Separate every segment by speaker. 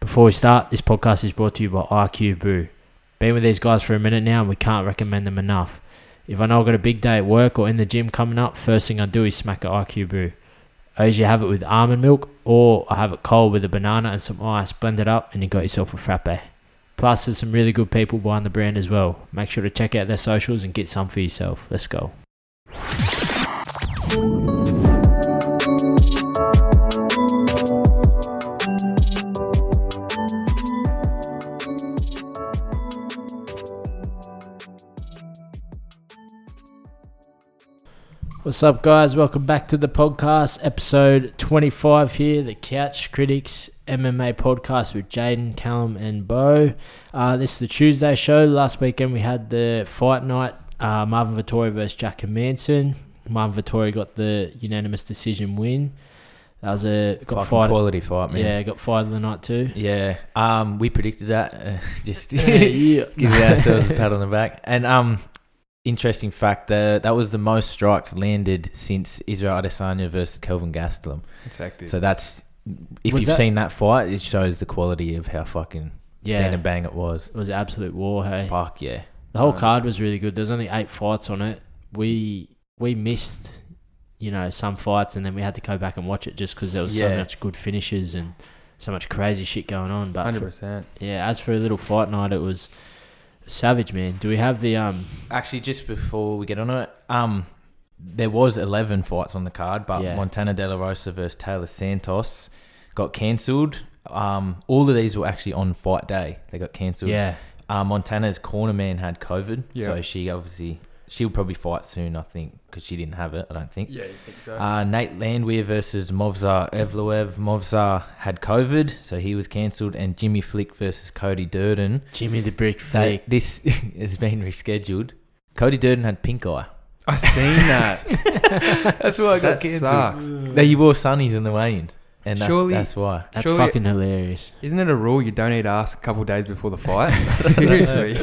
Speaker 1: Before we start, this podcast is brought to you by IQ Boo. Been with these guys for a minute now and we can't recommend them enough. If I know I've got a big day at work or in the gym coming up, first thing I do is smack at IQ Boo. I usually have it with almond milk or I have it cold with a banana and some ice, blend it up and you got yourself a frappe. Plus, there's some really good people behind the brand as well. Make sure to check out their socials and get some for yourself. Let's go. What's up, guys? Welcome back to the podcast, episode 25 here, the Couch Critics MMA podcast with Jaden, Callum, and Bo. Uh, this is the Tuesday show. Last weekend we had the fight night uh, Marvin Vittori versus Jack Manson. Marvin Vittori got the unanimous decision win. That was a got
Speaker 2: Fucking
Speaker 1: fired.
Speaker 2: quality fight, man.
Speaker 1: yeah, got fired the night too.
Speaker 2: Yeah. Um, we predicted that. Uh, just give
Speaker 1: yeah.
Speaker 2: ourselves a pat on the back. And um, interesting fact that that was the most strikes landed since Israel Adesanya versus Kelvin Gastelum.
Speaker 3: It's hectic.
Speaker 2: So that's if
Speaker 1: Was
Speaker 2: you've
Speaker 1: that-
Speaker 2: seen that fight, it shows the quality of how fucking
Speaker 1: Yeah.
Speaker 2: stand and bang it was.
Speaker 1: It was absolute war, hey.
Speaker 2: Fuck yeah.
Speaker 1: The whole
Speaker 3: Right.
Speaker 1: card was really good. There's only eight fights on it. We we missed, you know, some fights, and then we had to go back and watch it just because there was so
Speaker 2: Yeah.
Speaker 1: much good finishes and so much crazy shit going on. But
Speaker 3: Hundred
Speaker 1: for-
Speaker 3: percent.
Speaker 1: yeah, as for a little fight night, it was savage, man. Do we have the um?
Speaker 2: Actually, just before we get on it, um, there was eleven fights on the card, but
Speaker 1: Yeah.
Speaker 2: Montana De La Rosa versus Taylor Santos got cancelled. Um, all of these were actually on fight day. They got cancelled.
Speaker 1: yeah,
Speaker 2: Uh, Montana's corner man had COVID,
Speaker 3: Yeah.
Speaker 2: so she obviously she'll probably fight soon. I think because she didn't have it. I don't think.
Speaker 3: Yeah, you think so?
Speaker 2: Uh, Nate Landwehr versus Movzar Evloev. Movzar had COVID, so he was cancelled. And Jimmy Flick versus Cody Durden.
Speaker 1: Jimmy the Brick
Speaker 2: They,
Speaker 1: Flick.
Speaker 2: this has been rescheduled. Cody Durden had pink eye.
Speaker 3: I seen that.
Speaker 2: That's why I
Speaker 3: that sucks.
Speaker 2: They you wore sunnies on the weigh-in, and that's,
Speaker 3: Surely-
Speaker 2: that's why.
Speaker 1: That's
Speaker 3: surely-
Speaker 1: fucking hilarious.
Speaker 3: Isn't it a rule you don't eat ass a couple days before the fight? Seriously,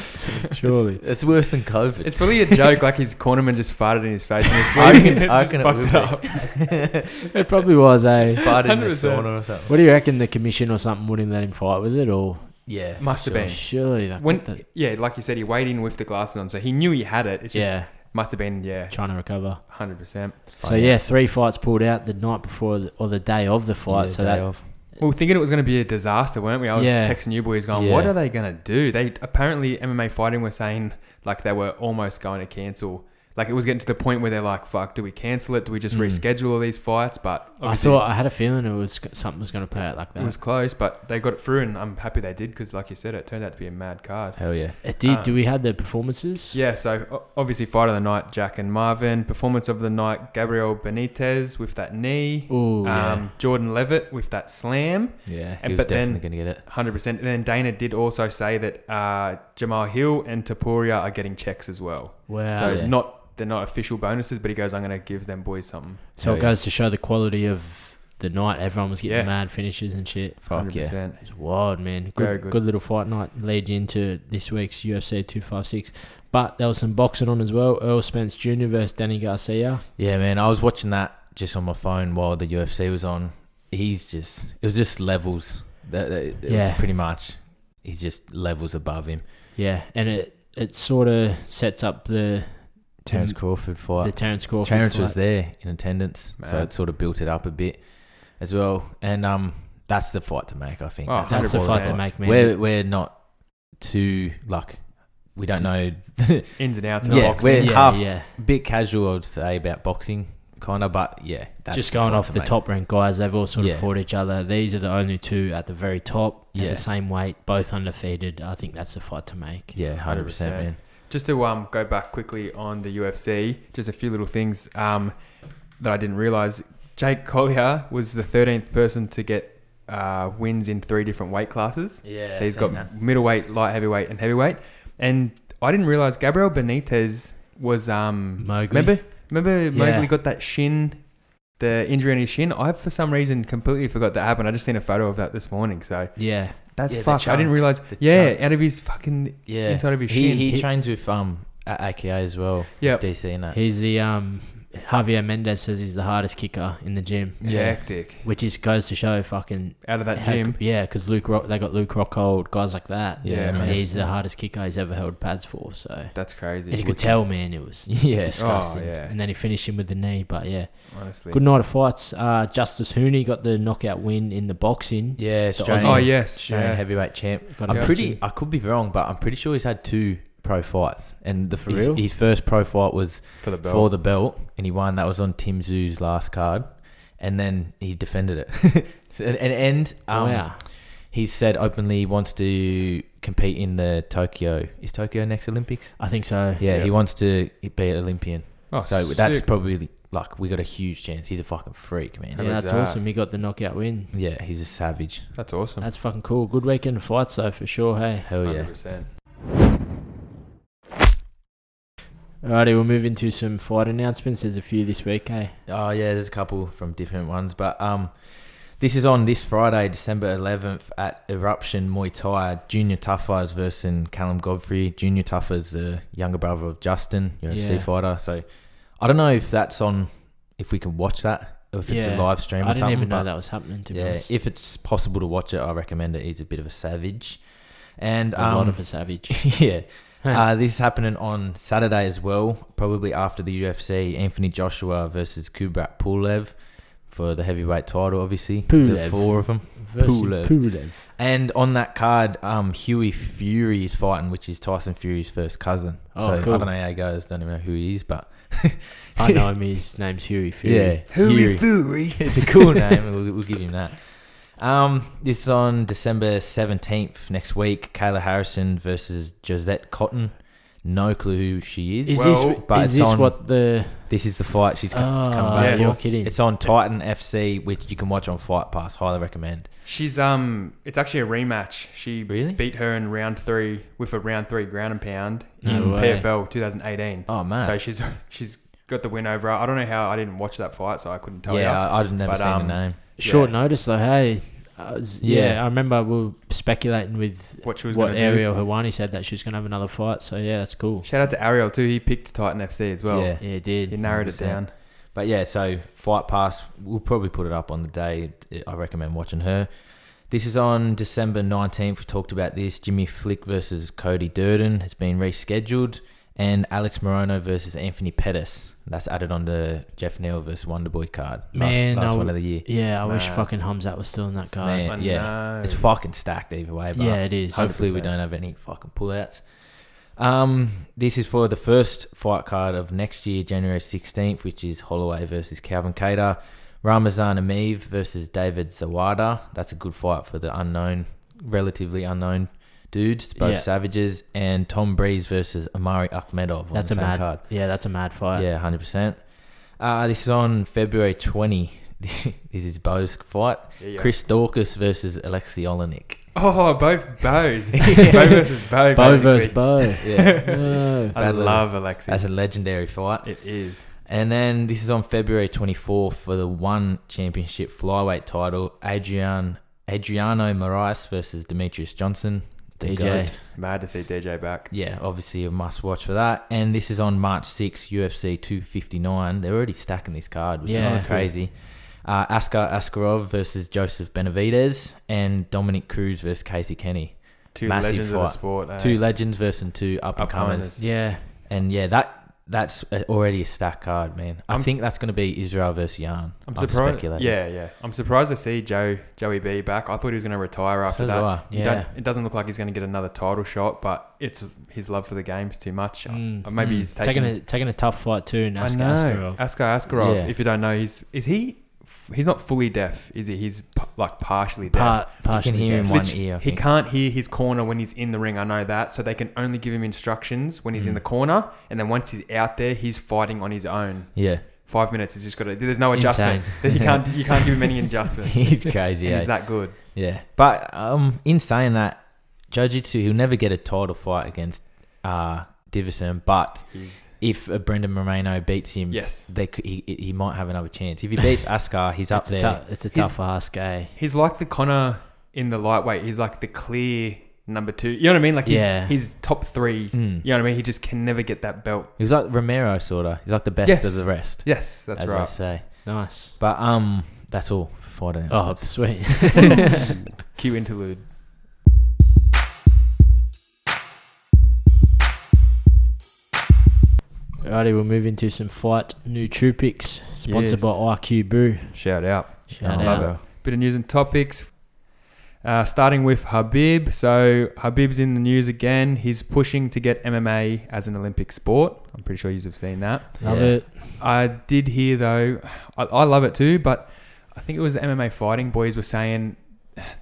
Speaker 1: Surely.
Speaker 2: it's, it's worse than COVID.
Speaker 3: it's probably a joke. Like his cornerman just farted in his face in his
Speaker 2: I
Speaker 3: sleep.
Speaker 2: reckon-
Speaker 3: and it
Speaker 2: I
Speaker 3: just
Speaker 2: reckon it
Speaker 3: fucked
Speaker 2: would
Speaker 3: it
Speaker 2: be.
Speaker 3: up.
Speaker 1: It probably was a. Eh?
Speaker 2: Fight in the
Speaker 3: 100%.
Speaker 2: sauna or something.
Speaker 1: What do you reckon? The commission or something wouldn't let him fight with it, or
Speaker 2: Yeah,
Speaker 3: Must have
Speaker 2: sure.
Speaker 3: been.
Speaker 1: surely like
Speaker 3: When,
Speaker 1: what the-
Speaker 3: yeah, like you said, he weighed in with the glasses on, so he knew he had it. It's just
Speaker 1: yeah,
Speaker 3: must have been yeah,
Speaker 1: trying to recover.
Speaker 3: hundred percent.
Speaker 1: So yeah, three fights pulled out the night before the, or the day of the fight.
Speaker 2: Yeah,
Speaker 1: so
Speaker 2: day
Speaker 1: that
Speaker 2: off.
Speaker 3: We were thinking it was going to be a disaster, weren't we? I was
Speaker 1: Yeah.
Speaker 3: texting you boys, going,
Speaker 2: Yeah.
Speaker 3: "What are they going to do?" They apparently MMA fighting were saying like they were almost going to cancel. Like it was getting to the point where they're like, "Fuck, do we cancel it? Do we just
Speaker 2: Mm.
Speaker 3: reschedule all these fights?" But
Speaker 1: Hmm. I
Speaker 3: obviously,
Speaker 1: thought I had a feeling it was something was going to play out like that.
Speaker 3: It was close, but they got it through, and I'm happy they did because, like you said, it turned out to be a mad card.
Speaker 2: Hell yeah.
Speaker 1: It did.
Speaker 3: uh,
Speaker 1: do we have the performances?
Speaker 3: Yeah, so o- obviously, fight of the night, Jack and Marvin. Performance of the night, Gabriel Benitez with that knee.
Speaker 1: Ooh,
Speaker 3: um,
Speaker 1: yeah.
Speaker 3: Jordan Levitt with that slam.
Speaker 2: Yeah, he
Speaker 3: And-
Speaker 2: was
Speaker 3: but then-
Speaker 2: definitely going to get it.
Speaker 3: 100%. And then Dana did also say that uh, Jamal Hill and Tapuria are getting checks as well.
Speaker 1: Wow.
Speaker 3: so,
Speaker 1: So,
Speaker 2: Oh, yeah.
Speaker 3: not they're not official bonuses, but he goes, I'm going to give them boys something.
Speaker 2: Oh,
Speaker 1: it
Speaker 2: yeah.
Speaker 1: goes to show the quality of the night. Everyone was getting
Speaker 3: Yeah.
Speaker 1: mad finishes and shit.
Speaker 2: Fuck yeah.
Speaker 1: It was wild, man.
Speaker 3: Very
Speaker 1: Good, good.
Speaker 3: good.
Speaker 1: little fight night lead you into this week's UFC 256. But there was some boxing on as well. Earl Spence Jr. versus Danny Garcia.
Speaker 2: Yeah, man. I was watching that just on my phone while the UFC was on. He's just, it was just levels. That, that- it
Speaker 1: Yeah.
Speaker 2: was pretty much, he's just levels above him.
Speaker 1: Yeah, and it it sort of sets up the
Speaker 2: Terrence
Speaker 1: Mm.
Speaker 2: Crawford
Speaker 1: the
Speaker 2: fight.
Speaker 1: Terrence Crawford.
Speaker 2: Terrence was
Speaker 1: fight.
Speaker 2: there in attendance, so
Speaker 3: Mad.
Speaker 2: it sort of built it up a bit as well. And um, that's the fight to make, I think.
Speaker 3: Oh,
Speaker 2: a
Speaker 1: That's the fight
Speaker 2: quality
Speaker 1: to make, man.
Speaker 2: We're, we're not too, like, we don't know, a
Speaker 3: Ins and outs of
Speaker 2: Yeah,
Speaker 3: boxing.
Speaker 2: we're-
Speaker 1: yeah,
Speaker 2: half-
Speaker 1: yeah.
Speaker 2: bit casual, I'd say, about boxing, kind of, but yeah. That's
Speaker 1: just going
Speaker 2: fight
Speaker 1: off
Speaker 2: to
Speaker 1: the
Speaker 2: make.
Speaker 1: top ranked guys, they've all sort of
Speaker 2: Yeah.
Speaker 1: fought each other. These are the only two at the very top, at
Speaker 2: Yeah.
Speaker 1: the same weight, both undefeated. I think that's the fight to make.
Speaker 2: Yeah, 100%,
Speaker 3: 100%.
Speaker 2: man.
Speaker 3: Just to um, go back quickly on the UFC, just a few little things um, that I didn't realize. Jake Collier was the 13th person to get uh, wins in three different weight classes.
Speaker 2: Yeah.
Speaker 3: so he's got middleweight, light heavyweight, and heavyweight. And I didn't realize Gabriel Benitez was um,
Speaker 1: Mowgli.
Speaker 3: Remember, remember
Speaker 1: Yeah.
Speaker 3: Mowgli got that shin, the injury on his shin. I for some reason completely forgot that happened. I just seen a photo of that this morning. So
Speaker 1: Yeah.
Speaker 3: that's
Speaker 2: Yeah, the
Speaker 3: fucked. I didn't
Speaker 2: chunk.
Speaker 3: realize.
Speaker 2: The
Speaker 3: Yeah, out of his fucking
Speaker 2: Yeah.
Speaker 3: inside of his
Speaker 2: He,
Speaker 3: shin.
Speaker 2: he
Speaker 1: He-
Speaker 2: trains with um at AKA as well.
Speaker 3: Yep.
Speaker 2: with DC and that.
Speaker 1: He's the um Javier Mendez says he's the hardest kicker in the gym,
Speaker 2: Yeah.
Speaker 3: Hectic.
Speaker 1: which just goes to show fucking
Speaker 3: Out of that
Speaker 1: how-
Speaker 3: gym.
Speaker 1: Yeah, because Luke Rock, they got Luke Rockhold, guys like that.
Speaker 2: Yeah,
Speaker 1: and
Speaker 2: man.
Speaker 1: he's the hardest kicker he's ever held pads for. So
Speaker 3: That's
Speaker 1: and you
Speaker 3: crazy.
Speaker 1: could tell, man, it was
Speaker 2: Yeah.
Speaker 1: disgusting.
Speaker 3: Oh, yeah.
Speaker 1: And then he finished him with the knee, but yeah,
Speaker 3: Honestly.
Speaker 1: good night of fights. Uh, Justice Hooney got the knockout win in the boxing.
Speaker 2: Yeah, Australian,
Speaker 3: Oh, yes.
Speaker 2: Australian
Speaker 3: yeah.
Speaker 2: heavyweight champ.
Speaker 1: Got a
Speaker 2: I'm
Speaker 3: Yeah.
Speaker 2: pretty. I could be wrong, but I'm pretty sure he's had two pro fights, and the
Speaker 1: For
Speaker 2: his,
Speaker 1: real?
Speaker 2: his first pro fight was
Speaker 3: For the belt.
Speaker 2: for the belt, and he won. That was on Tim Zoo's last card, and then he defended it. So, and and, and um,
Speaker 1: wow.
Speaker 2: he said openly he wants to compete in the Tokyo. Is Tokyo next Olympics?
Speaker 1: I think so.
Speaker 2: Yeah,
Speaker 3: Yeah.
Speaker 2: he wants to be an Olympian.
Speaker 3: oh,
Speaker 2: so that's
Speaker 3: sick.
Speaker 2: probably like we got a huge chance. He's a fucking freak, man.
Speaker 1: Yeah,
Speaker 3: How about
Speaker 1: that's
Speaker 3: that?
Speaker 1: awesome. He got the knockout win.
Speaker 2: Yeah, he's a savage.
Speaker 3: That's awesome.
Speaker 1: That's fucking cool. Good weekend of fights, though, for sure. Hey.
Speaker 2: Hell yeah.
Speaker 3: 100%.
Speaker 1: Alrighty, we'll move into some fight announcements. There's a few this week, hey.
Speaker 2: Oh yeah, there's a couple from different ones, but um, this is on this Friday, December 11th at Eruption Muay Thai. Junior Toughers versus Callum Godfrey. Junior Tougher's the younger brother of Justin, UFC
Speaker 1: Yeah.
Speaker 2: fighter. So I don't know if that's on, if we can watch that, or if it's a
Speaker 1: Yeah.
Speaker 2: live stream. Or
Speaker 1: I didn't
Speaker 2: something,
Speaker 1: even know
Speaker 2: but-
Speaker 1: that was happening. To be
Speaker 2: yeah,
Speaker 1: honest,
Speaker 2: if it's possible to watch it, I recommend it. He's a bit of a savage, and
Speaker 1: a
Speaker 2: um,
Speaker 1: lot of a savage.
Speaker 2: yeah. Uh, this is happening on Saturday as well, probably after the UFC. Anthony Joshua versus Kubrat Pulev for the heavyweight title, obviously. The
Speaker 1: Pulev.
Speaker 2: four of them.
Speaker 1: Versus
Speaker 2: Pulev.
Speaker 1: Pulev.
Speaker 2: And on that card, um, Huey Fury is fighting, which is Tyson Fury's first cousin.
Speaker 1: Oh,
Speaker 2: so
Speaker 1: cool.
Speaker 2: I don't know how he goes, don't even know who he is, but
Speaker 1: I know him. His name's Huey Fury.
Speaker 2: yeah, Fury. it's a cool name. We'll, we'll give him that. Um, this is on December seventeenth next week. Kayla Harrison versus Josette Cotton. No clue who she is.
Speaker 1: Is
Speaker 3: Well,
Speaker 1: this
Speaker 2: but
Speaker 1: is
Speaker 2: it's
Speaker 1: this
Speaker 2: on-
Speaker 1: what the?
Speaker 2: This is the fight she's come, she's come
Speaker 1: Oh,
Speaker 2: back
Speaker 3: Ah, yes.
Speaker 1: you're
Speaker 2: for.
Speaker 1: kidding.
Speaker 2: It's on Titan FC, which you can watch on Fight Pass. Highly recommend.
Speaker 3: She's um, it's actually a rematch. She
Speaker 2: Really?
Speaker 3: beat her in round three with a round three ground and pound
Speaker 1: No
Speaker 2: Mm.
Speaker 1: way.
Speaker 3: PFL 2018.
Speaker 2: Oh man,
Speaker 3: So she's she's got the win over. her. I don't know how I didn't watch that fight, so I couldn't tell
Speaker 2: yeah,
Speaker 3: you.
Speaker 2: I, I'd never
Speaker 3: But,
Speaker 2: seen
Speaker 3: um,
Speaker 2: the name.
Speaker 1: Short notice though. Hey, I was- yeah.
Speaker 2: Yeah.
Speaker 1: I remember we were speculating with
Speaker 3: what she was
Speaker 1: what
Speaker 3: going to do.
Speaker 1: Ariel Hawani said that she was going to have another fight. So yeah, that's cool.
Speaker 3: Shout out to Ariel too. He picked Titan FC as well.
Speaker 2: Yeah.
Speaker 1: Yeah, it did.
Speaker 3: He narrowed it
Speaker 2: 100%.
Speaker 3: down.
Speaker 2: But yeah, so Fight Pass, we'll probably put it up on the day. I recommend watching her. This is on December 19th. We talked about this. Jimmy Flick versus Cody Durden has been rescheduled, and Alex Morono versus Anthony Pettis. That's added on the Jeff Neal versus Wonderboy card. Last,
Speaker 1: Man,
Speaker 2: last
Speaker 1: I
Speaker 2: one of the year.
Speaker 1: Yeah, I wish
Speaker 3: Nah.
Speaker 1: fucking Hamzat was still in that card.
Speaker 2: Oh, Man,
Speaker 3: I
Speaker 2: yeah.
Speaker 3: know.
Speaker 2: It's fucking stacked either way. But
Speaker 1: yeah, it is.
Speaker 2: Hopefully, we
Speaker 3: 100%.
Speaker 2: don't have any fucking pullouts. Um, this is for the first fight card of next year, January 16th, which is Holloway versus Calvin Cater, Ramazan Ameev versus David Zawada. That's a good fight for the unknown, relatively unknown dudes, both
Speaker 1: Yeah.
Speaker 2: savages, and Tom Breeze versus Amari Akhmedov. On
Speaker 1: That's
Speaker 2: the
Speaker 1: a
Speaker 2: same
Speaker 1: mad.
Speaker 2: card.
Speaker 1: Yeah, that's a mad fight.
Speaker 2: Yeah, 100%. Uh, this is on February 20. this is Bo's fight.
Speaker 3: Yeah, yeah.
Speaker 2: Chris Dorcas versus Alexei Olenek.
Speaker 3: Oh, both bows. bow versus bow.
Speaker 1: Bo
Speaker 3: basically.
Speaker 1: versus Bo.
Speaker 2: Yeah.
Speaker 1: No.
Speaker 3: I
Speaker 2: Badly.
Speaker 3: love Alexi.
Speaker 2: That's a legendary fight.
Speaker 3: it is.
Speaker 2: And then this is on February 24th for the one championship flyweight title, Adrian Adriano Moraes versus Demetrius Johnson. the
Speaker 1: DJ.
Speaker 2: GOAT.
Speaker 3: Mad to see DJ back.
Speaker 2: Yeah, obviously a must watch for that. And this is on March 6th, UFC 259. They're already stacking this card, which
Speaker 1: Yeah.
Speaker 2: is crazy. Uh, Askar Askarov versus Joseph Benavidez and Dominic Cruz versus Casey Kenny.
Speaker 3: Two
Speaker 2: Massive
Speaker 3: legends of the
Speaker 2: fight.
Speaker 3: sport. eh?
Speaker 2: Two legends versus two up and comers.
Speaker 3: Up-comers.
Speaker 1: Yeah.
Speaker 2: And yeah, that that's a- already a stacked card, man. I
Speaker 3: I'm-
Speaker 2: think that's going to be Israel versus Yarn.
Speaker 3: I'm surprised. yeah, yeah. I'm surprised to see Joe Joey B back. I thought he was going to retire after
Speaker 2: so
Speaker 3: that.
Speaker 2: do I.
Speaker 3: You don't-
Speaker 1: Yeah.
Speaker 3: it doesn't look like he's going to get another title shot, but it's his love for the game's too much.
Speaker 1: Mm.
Speaker 3: Uh, Maybe
Speaker 2: Mm.
Speaker 3: he's taking.
Speaker 1: Taking a taking a tough fight too, and
Speaker 3: I
Speaker 1: Askar
Speaker 3: know.
Speaker 1: Askarov.
Speaker 3: Askar Askarov.
Speaker 2: Yeah.
Speaker 3: If you don't know, he's is he? f- He's not fully deaf, is he? He's p- like partially deaf.
Speaker 1: Part,
Speaker 2: You can
Speaker 1: partially
Speaker 2: hear
Speaker 1: deaf.
Speaker 2: him one
Speaker 3: Lit-
Speaker 2: ear. I
Speaker 3: he
Speaker 2: think.
Speaker 3: can't hear his corner when he's in the ring. I know that, so they can only give him instructions when he's in the corner, and then once he's out there, he's fighting on his own.
Speaker 2: Yeah,
Speaker 3: Five minutes, he's just got to. There's no
Speaker 2: Insane.
Speaker 3: adjustments. you can't. You can't give him any adjustments.
Speaker 2: he's crazy.
Speaker 3: And
Speaker 2: yeah.
Speaker 3: He's that good.
Speaker 2: yeah, but um, in saying that, Jiu-Jitsu, he'll never get a title fight against uh Diverson. But
Speaker 3: He's,
Speaker 2: if a Brendan Moreno beats him,
Speaker 3: yes,
Speaker 2: they could, he he might have another chance. If he beats Askar, he's up
Speaker 1: It's a,
Speaker 2: there.
Speaker 1: tou- it's a
Speaker 3: He's-
Speaker 1: tough ask, eh?
Speaker 3: he's like the Connor in the lightweight. He's like the clear number two. You know what I mean? Like he's
Speaker 1: Yeah.
Speaker 3: he's top three.
Speaker 2: Mm.
Speaker 3: You know what I mean? He just can never get that belt.
Speaker 2: He was like Romero, sort of. He's like the best
Speaker 3: Yes.
Speaker 2: of the rest.
Speaker 3: Yes, that's
Speaker 2: as I
Speaker 3: right.
Speaker 2: say.
Speaker 1: Nice.
Speaker 2: But um, that's all. Fight
Speaker 1: Oh,
Speaker 2: announcements.
Speaker 1: sweet.
Speaker 3: Cue interlude.
Speaker 1: Alrighty, we'll move into some fight nootropics sponsored
Speaker 3: Yes.
Speaker 1: by IQ Boo.
Speaker 3: Shout out.
Speaker 1: Shout
Speaker 2: Oh,
Speaker 1: out.
Speaker 2: love
Speaker 3: Bit of news and topics. Uh, starting with Habib. So Habib's in the news again. He's pushing to get MMA as an Olympic sport. I'm pretty sure you have seen that.
Speaker 1: Love
Speaker 2: Yeah.
Speaker 1: it.
Speaker 3: I did hear though, I, I love it too, but I think it was the MMA fighting boys were saying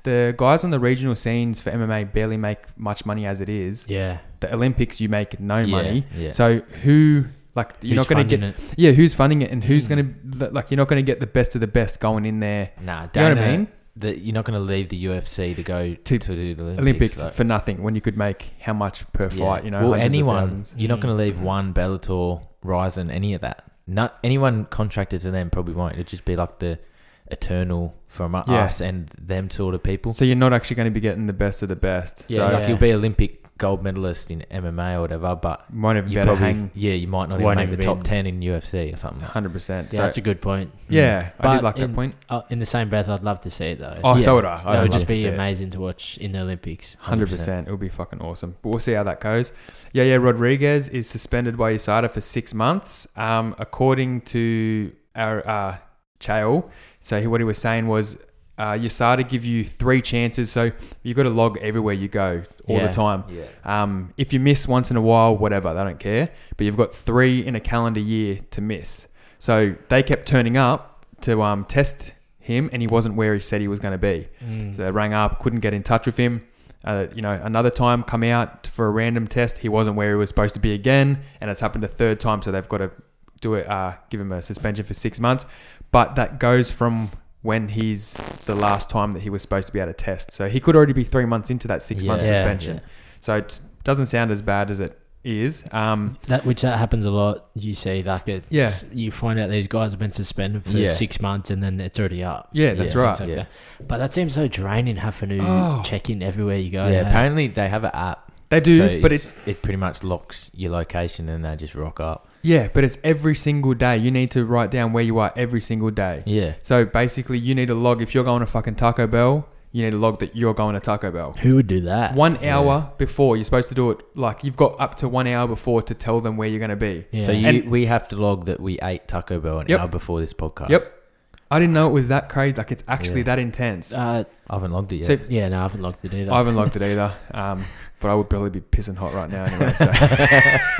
Speaker 3: the guys on the regional scenes for MMA barely make much money as it is.
Speaker 1: Yeah.
Speaker 3: The Olympics, you make no
Speaker 2: Yeah,
Speaker 3: money.
Speaker 2: Yeah.
Speaker 3: So who like you're not going to get
Speaker 1: it.
Speaker 3: yeah who's funding it and who's
Speaker 2: Hmm.
Speaker 1: Mm.
Speaker 3: going to like you're not going to get the best of the best going in there.
Speaker 2: nah,
Speaker 3: Do
Speaker 2: Dana,
Speaker 3: you know what I mean?
Speaker 2: The, you're not going to leave the UFC to go
Speaker 3: To
Speaker 2: to, the Olympics.
Speaker 3: Olympics
Speaker 2: like-
Speaker 3: for nothing when you could make how much per
Speaker 2: Yeah.
Speaker 3: fight? You know,
Speaker 2: well,
Speaker 3: hundreds of
Speaker 2: anyone.
Speaker 3: thousands.
Speaker 2: You're not
Speaker 1: Mm.
Speaker 2: going to leave one Bellator, Ryzen, any of that. Not anyone contracted to them probably won't. It'd just be like the eternal from u-
Speaker 3: Yeah.
Speaker 2: us and them sort of people.
Speaker 3: So you're not actually going to be getting the best of the best.
Speaker 2: yeah,
Speaker 3: so
Speaker 2: like you'll be Olympic gold medalist in MMA or whatever, but
Speaker 3: might have
Speaker 2: you
Speaker 3: better
Speaker 2: probably
Speaker 3: hang
Speaker 2: yeah you might not even
Speaker 1: Won't
Speaker 2: make
Speaker 1: even
Speaker 2: the
Speaker 1: be
Speaker 2: top
Speaker 1: in-
Speaker 2: ten in UFC or something.
Speaker 3: 100%.
Speaker 1: Yeah,
Speaker 3: so
Speaker 1: that's a good point.
Speaker 3: Yeah, I
Speaker 1: But
Speaker 3: did like that
Speaker 1: in-
Speaker 3: point.
Speaker 1: Uh, in the same breath, I'd love to see it though.
Speaker 3: Oh,
Speaker 2: yeah.
Speaker 3: so would I. I
Speaker 1: that
Speaker 2: I'd
Speaker 1: would
Speaker 2: love
Speaker 1: just be amazing to watch in the Olympics.
Speaker 3: Hundred
Speaker 2: 100%.
Speaker 3: percent, it would be fucking awesome. But we'll see how that goes. Yeah, yeah. Rodriguez is suspended by USADA for six months, um, according to our uh, Chael. So he, what he was saying was, uh, USADA give you three chances, so you got to log everywhere you go all
Speaker 1: Yeah.
Speaker 3: the time.
Speaker 2: Yeah.
Speaker 3: Um, if you miss once in a while, whatever, they don't care. But you've got three in a calendar year to miss. So they kept turning up to um, test him, and he wasn't where he said he was going to be.
Speaker 1: Mm.
Speaker 3: So they rang up, couldn't get in touch with him. Uh, you know, another time come out for a random test, he wasn't where he was supposed to be again, and it's happened a third time, so they've got to do it, uh, give him a suspension for six months. But that goes from when he's the last time that he was supposed to be able to test, so he could already be three months into that six month
Speaker 1: Yeah. Yeah,
Speaker 3: suspension. So it doesn't sound as bad as it is. Um,
Speaker 1: That which that happens a lot. You see, like it's,
Speaker 3: Yeah.
Speaker 1: you find out these guys have been suspended for
Speaker 2: Yeah.
Speaker 1: six months and then it's already up.
Speaker 3: yeah, that's
Speaker 2: Yeah.
Speaker 1: Things
Speaker 3: right.
Speaker 1: like
Speaker 2: Yeah.
Speaker 1: that. But that seems so draining having to
Speaker 3: Oh.
Speaker 1: check in everywhere you go.
Speaker 2: yeah,
Speaker 1: hey?
Speaker 2: apparently they have an app.
Speaker 3: They do,
Speaker 2: so
Speaker 3: but it's
Speaker 2: it pretty much locks your location and they just rock up.
Speaker 3: yeah, but it's every single day. You need to write down where you are every single day.
Speaker 2: Yeah.
Speaker 3: So basically, you need to log if you're going to fucking Taco Bell, you need to log that you're going to Taco Bell.
Speaker 1: Who would do that?
Speaker 3: One hour before, you're supposed to do it. Like you've got up to one hour before to tell them where you're going to be.
Speaker 1: Yeah.
Speaker 2: So you,
Speaker 3: And-
Speaker 2: we have to log that we ate Taco Bell an
Speaker 3: Yep.
Speaker 2: hour before this podcast.
Speaker 3: Yep. I didn't know it was that crazy. Like it's actually
Speaker 2: Yeah.
Speaker 3: that intense.
Speaker 1: Uh,
Speaker 2: I haven't logged it yet.
Speaker 3: So-
Speaker 1: yeah, no, I haven't logged it either.
Speaker 3: I haven't logged it either, um, but I would probably be pissing hot right now anyway.